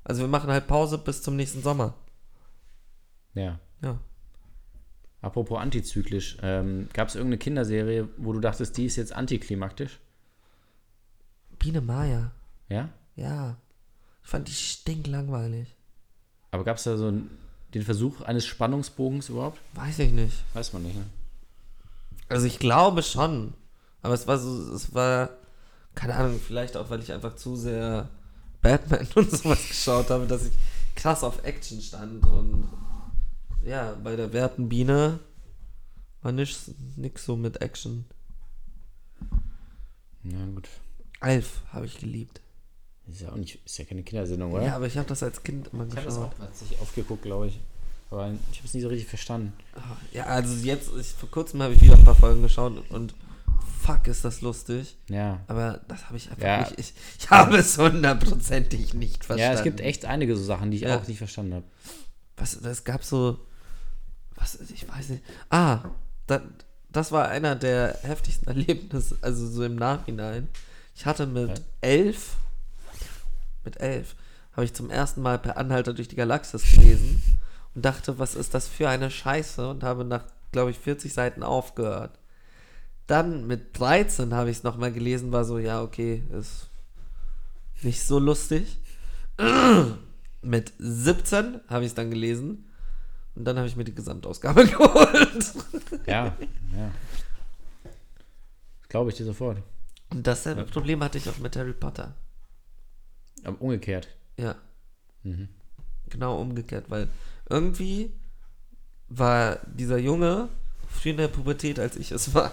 Speaker 3: Also wir machen halt Pause bis zum nächsten Sommer.
Speaker 2: Ja.
Speaker 3: Ja.
Speaker 2: Apropos antizyklisch, ähm, gab es irgendeine Kinderserie, wo du dachtest, die ist jetzt antiklimaktisch?
Speaker 3: Biene Maya.
Speaker 2: Ja?
Speaker 3: Ja. Ich fand die stinklangweilig.
Speaker 2: Aber gab es da so einen, den Versuch eines Spannungsbogens überhaupt?
Speaker 3: Weiß ich nicht.
Speaker 2: Weiß man nicht, ne?
Speaker 3: Also ich glaube schon. Aber es war so, es war, keine Ahnung, vielleicht auch, weil ich einfach zu sehr Batman [laughs] und sowas geschaut habe, dass ich krass auf Action stand. Und ja, bei der werten Biene war nix, nix so mit Action.
Speaker 2: Na gut.
Speaker 3: Alf habe ich geliebt.
Speaker 2: Ist ja auch nicht, ist ja keine Kindersendung, oder?
Speaker 3: Ja, aber ich habe das als Kind immer
Speaker 2: ich habe das
Speaker 3: geschaut.
Speaker 2: auch tatsächlich aufgeguckt, glaube ich. Aber ich habe es nie so richtig verstanden.
Speaker 3: Ja, also jetzt, ich, vor kurzem habe ich wieder ein paar Folgen geschaut und fuck, ist das lustig.
Speaker 2: Ja.
Speaker 3: Aber das habe ich einfach
Speaker 2: Ja.
Speaker 3: nicht. Ich, ich habe es hundertprozentig nicht verstanden.
Speaker 2: Ja, es gibt echt einige so Sachen, die ich
Speaker 3: Ja.
Speaker 2: auch nicht verstanden habe.
Speaker 3: Was, es gab so. Was, ich weiß nicht. Ah, da, das war einer der heftigsten [laughs] Erlebnisse, also so im Nachhinein. Ich hatte mit
Speaker 2: Ja.
Speaker 3: elf. Mit elf habe ich zum ersten Mal per Anhalter durch die Galaxis gelesen und dachte, was ist das für eine Scheiße? Und habe nach, glaube ich, 40 Seiten aufgehört. Dann mit 13 habe ich es nochmal gelesen, war so, ja, okay, ist nicht so lustig. Mit 17 habe ich es dann gelesen und dann habe ich mir die Gesamtausgabe [laughs] geholt.
Speaker 2: [laughs] Ja, ja. Das glaube ich dir sofort.
Speaker 3: Und dasselbe Problem hatte ich auch mit Harry Potter.
Speaker 2: Aber umgekehrt.
Speaker 3: Ja. Genau umgekehrt, weil irgendwie war dieser Junge früher in der Pubertät, als ich es war.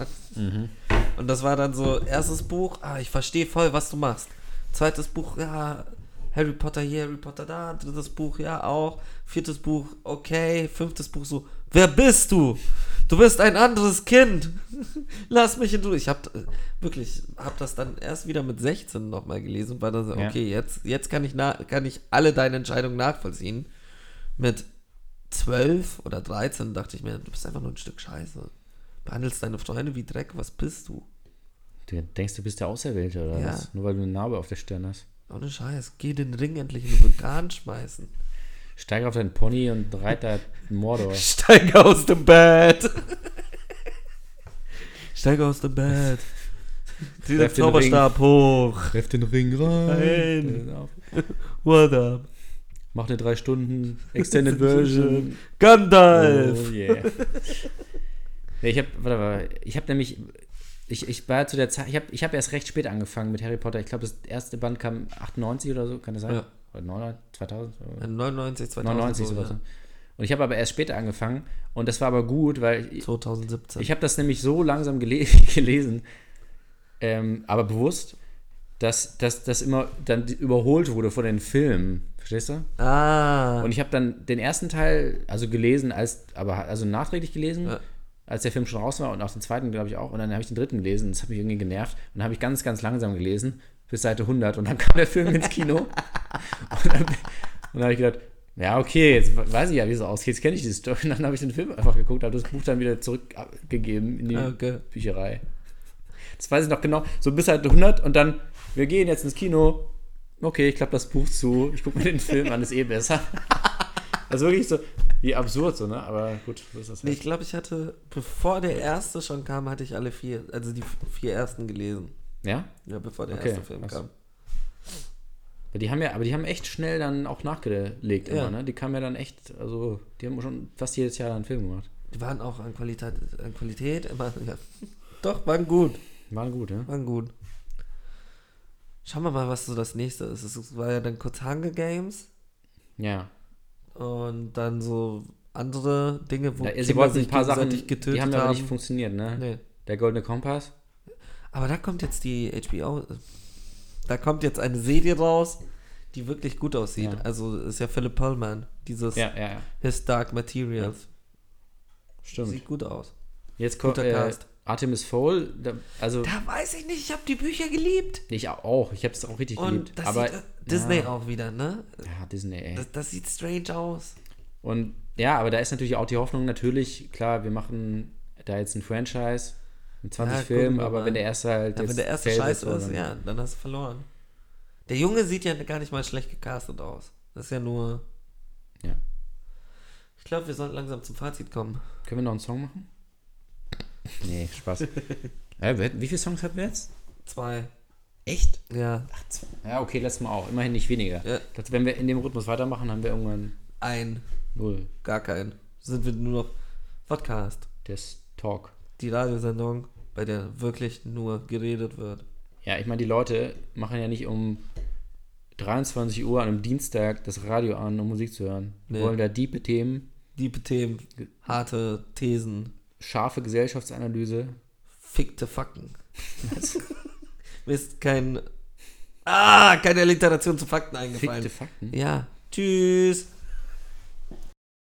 Speaker 3: Und das war dann so, erstes Buch, ah, ich verstehe voll, was du machst. Zweites Buch, ja, Harry Potter hier, Harry Potter da. Drittes Buch, ja, auch. Viertes Buch, okay. Fünftes Buch so, wer bist du? Du bist ein anderes Kind. [laughs] Lass mich in Ruhe. Ich hab äh, wirklich, hab das dann erst wieder mit 16 nochmal gelesen und war dann so,
Speaker 2: Ja.
Speaker 3: okay, jetzt, jetzt kann ich, na, kann ich alle deine Entscheidungen nachvollziehen. Mit 12 oder 13 dachte ich mir, du bist einfach nur ein Stück Scheiße. Behandelst deine Freunde wie Dreck, was bist du?
Speaker 2: Du denkst, du bist der Auserwählte oder
Speaker 3: Ja.
Speaker 2: was? Nur weil du eine Narbe auf der Stirn hast.
Speaker 3: Ohne Scheiß, geh den Ring endlich in den Vulkan schmeißen.
Speaker 2: Steig auf deinen Pony und reite Mordor.
Speaker 3: Steige aus dem [laughs] Bett. Steige aus dem Bett. Zieh den
Speaker 2: Werf den
Speaker 3: Zauberstab hoch.
Speaker 2: Treff den Ring rein.
Speaker 3: What up?
Speaker 2: Mach eine 3 Stunden Extended Version. Oh,
Speaker 3: Gandalf.
Speaker 2: yeah. nee, ich habe, warte mal, ich habe nämlich, ich, ich war zu der Zeit, ich habe ich hab erst recht spät angefangen mit Harry Potter. Ich glaube, das erste Band kam 98 oder so, kann das sein?
Speaker 3: Ja.
Speaker 2: Oder 99, 2000?
Speaker 3: Oh.
Speaker 2: Oder?
Speaker 3: 99, 2000.
Speaker 2: 99
Speaker 3: so,
Speaker 2: sowas.
Speaker 3: ja.
Speaker 2: ne? Und ich habe aber erst später angefangen und das war aber gut, weil ich,
Speaker 3: 2017.
Speaker 2: ich habe das nämlich so langsam gele [laughs] gelesen, ähm, aber bewusst, dass dass das immer dann die- überholt wurde von den Filmen. Verstehst du?
Speaker 3: ah.
Speaker 2: Und ich habe dann den ersten Teil, also gelesen, als, aber also nachträglich gelesen,
Speaker 3: Ja.
Speaker 2: als der Film schon raus war und auch den zweiten, glaube ich, auch. Und dann habe ich den dritten gelesen. Das hat mich irgendwie genervt. Und dann habe ich ganz, ganz langsam gelesen, bis Seite 100. Und dann [laughs] kam der Film ins Kino. und dann, und dann habe ich gedacht, ja, okay, jetzt weiß ich ja, wie es ausgeht. Jetzt kenne ich die Story. Und dann habe ich den Film einfach geguckt, habe das Buch dann wieder zurückgegeben in die
Speaker 3: Ah, okay.
Speaker 2: Bücherei. Das weiß ich noch genau. So bis Seite 100 und dann, wir gehen jetzt ins Kino.
Speaker 3: [laughs]
Speaker 2: Okay, ich klappe das Buch zu. Ich gucke mir den Film an, ist eh besser. Also wirklich so, Wie absurd so, ne? Aber gut, so ist das
Speaker 3: Nee,
Speaker 2: halt.
Speaker 3: ich glaube, ich hatte, bevor der erste schon kam, hatte ich alle vier, also die vier ersten gelesen.
Speaker 2: Ja?
Speaker 3: Ja, bevor der
Speaker 2: Okay,
Speaker 3: erste Film
Speaker 2: krass.
Speaker 3: kam.
Speaker 2: Ja, Die haben ja, aber die haben echt schnell dann auch nachgelegt
Speaker 3: Ja.
Speaker 2: immer, ne? Die kamen ja dann echt, also die haben schon fast jedes Jahr dann einen Film gemacht.
Speaker 3: Die waren auch an Qualität, an Qualität immer, [laughs] ja. Doch, waren gut,
Speaker 2: Waren gut, ne?
Speaker 3: waren gut. Schauen wir mal, was so das nächste ist. Es war ja dann kurz Hunger Games
Speaker 2: Ja.
Speaker 3: und dann so andere Dinge, wo
Speaker 2: Da, sie
Speaker 3: Oh, Kinder
Speaker 2: wollten ein
Speaker 3: sich
Speaker 2: paar Sachen,
Speaker 3: gegenseitig getötet
Speaker 2: die haben ja
Speaker 3: haben.
Speaker 2: aber nicht funktioniert, ne?
Speaker 3: nee.
Speaker 2: Der Goldene Kompass.
Speaker 3: Aber da kommt jetzt die HBO, da kommt jetzt eine Serie raus, die wirklich gut aussieht.
Speaker 2: Ja.
Speaker 3: Also ist ja Philip Pullman, dieses
Speaker 2: Ja, ja, ja.
Speaker 3: His Dark Materials.
Speaker 2: Stimmt.
Speaker 3: Sieht gut aus.
Speaker 2: Jetzt kommt
Speaker 3: guter
Speaker 2: äh,
Speaker 3: Cast.
Speaker 2: Artemis Fowl. Da, also,
Speaker 3: Da weiß ich nicht, ich habe die Bücher geliebt.
Speaker 2: ich auch. Ich habe es auch richtig
Speaker 3: Und
Speaker 2: geliebt.
Speaker 3: das
Speaker 2: Aber
Speaker 3: sieht äh, Disney auch wieder, ne?
Speaker 2: ja, Disney, ey.
Speaker 3: Das, das sieht strange aus.
Speaker 2: Und ja, aber da ist natürlich auch die Hoffnung, natürlich, klar, wir machen da jetzt ein Franchise mit 20
Speaker 3: Ja, gucken
Speaker 2: Filmen,
Speaker 3: wir
Speaker 2: aber
Speaker 3: mal.
Speaker 2: wenn der erste halt.
Speaker 3: Ja,
Speaker 2: jetzt
Speaker 3: wenn der erste
Speaker 2: fail
Speaker 3: scheiße
Speaker 2: oder
Speaker 3: ist,
Speaker 2: dann-
Speaker 3: ja, dann hast du verloren. Der Junge sieht ja gar nicht mal schlecht gecastet aus. Das ist ja nur.
Speaker 2: Ja.
Speaker 3: Ich glaube, wir sollten langsam zum Fazit kommen.
Speaker 2: Können wir noch einen Song machen? Nee,
Speaker 3: [laughs]
Speaker 2: Spaß. äh, wir hätten- wie viele Songs hatten wir jetzt?
Speaker 3: Zwei.
Speaker 2: Echt?
Speaker 3: Ja.
Speaker 2: Ja, okay, letztes Mal auch. Immerhin nicht weniger.
Speaker 3: Ja.
Speaker 2: Ich dachte, wenn wir in dem Rhythmus weitermachen, haben wir irgendwann
Speaker 3: Ein.
Speaker 2: null.
Speaker 3: Gar kein. Sind wir nur noch Podcast.
Speaker 2: Das Talk.
Speaker 3: Die Radiosendung, bei der wirklich nur geredet wird.
Speaker 2: Ja, ich meine, die Leute machen ja nicht um 23 Uhr an einem Dienstag das Radio an, um Musik zu hören. Die
Speaker 3: Nee.
Speaker 2: Wollen da diepe Themen,
Speaker 3: Diebe Themen, harte Thesen,
Speaker 2: scharfe Gesellschaftsanalyse.
Speaker 3: fickte Fakten. [laughs] Mir ist kein. Ah, keine Alliteration zu Fakten eingefallen.
Speaker 2: Fickte Fakten.
Speaker 3: Ja. Tschüss.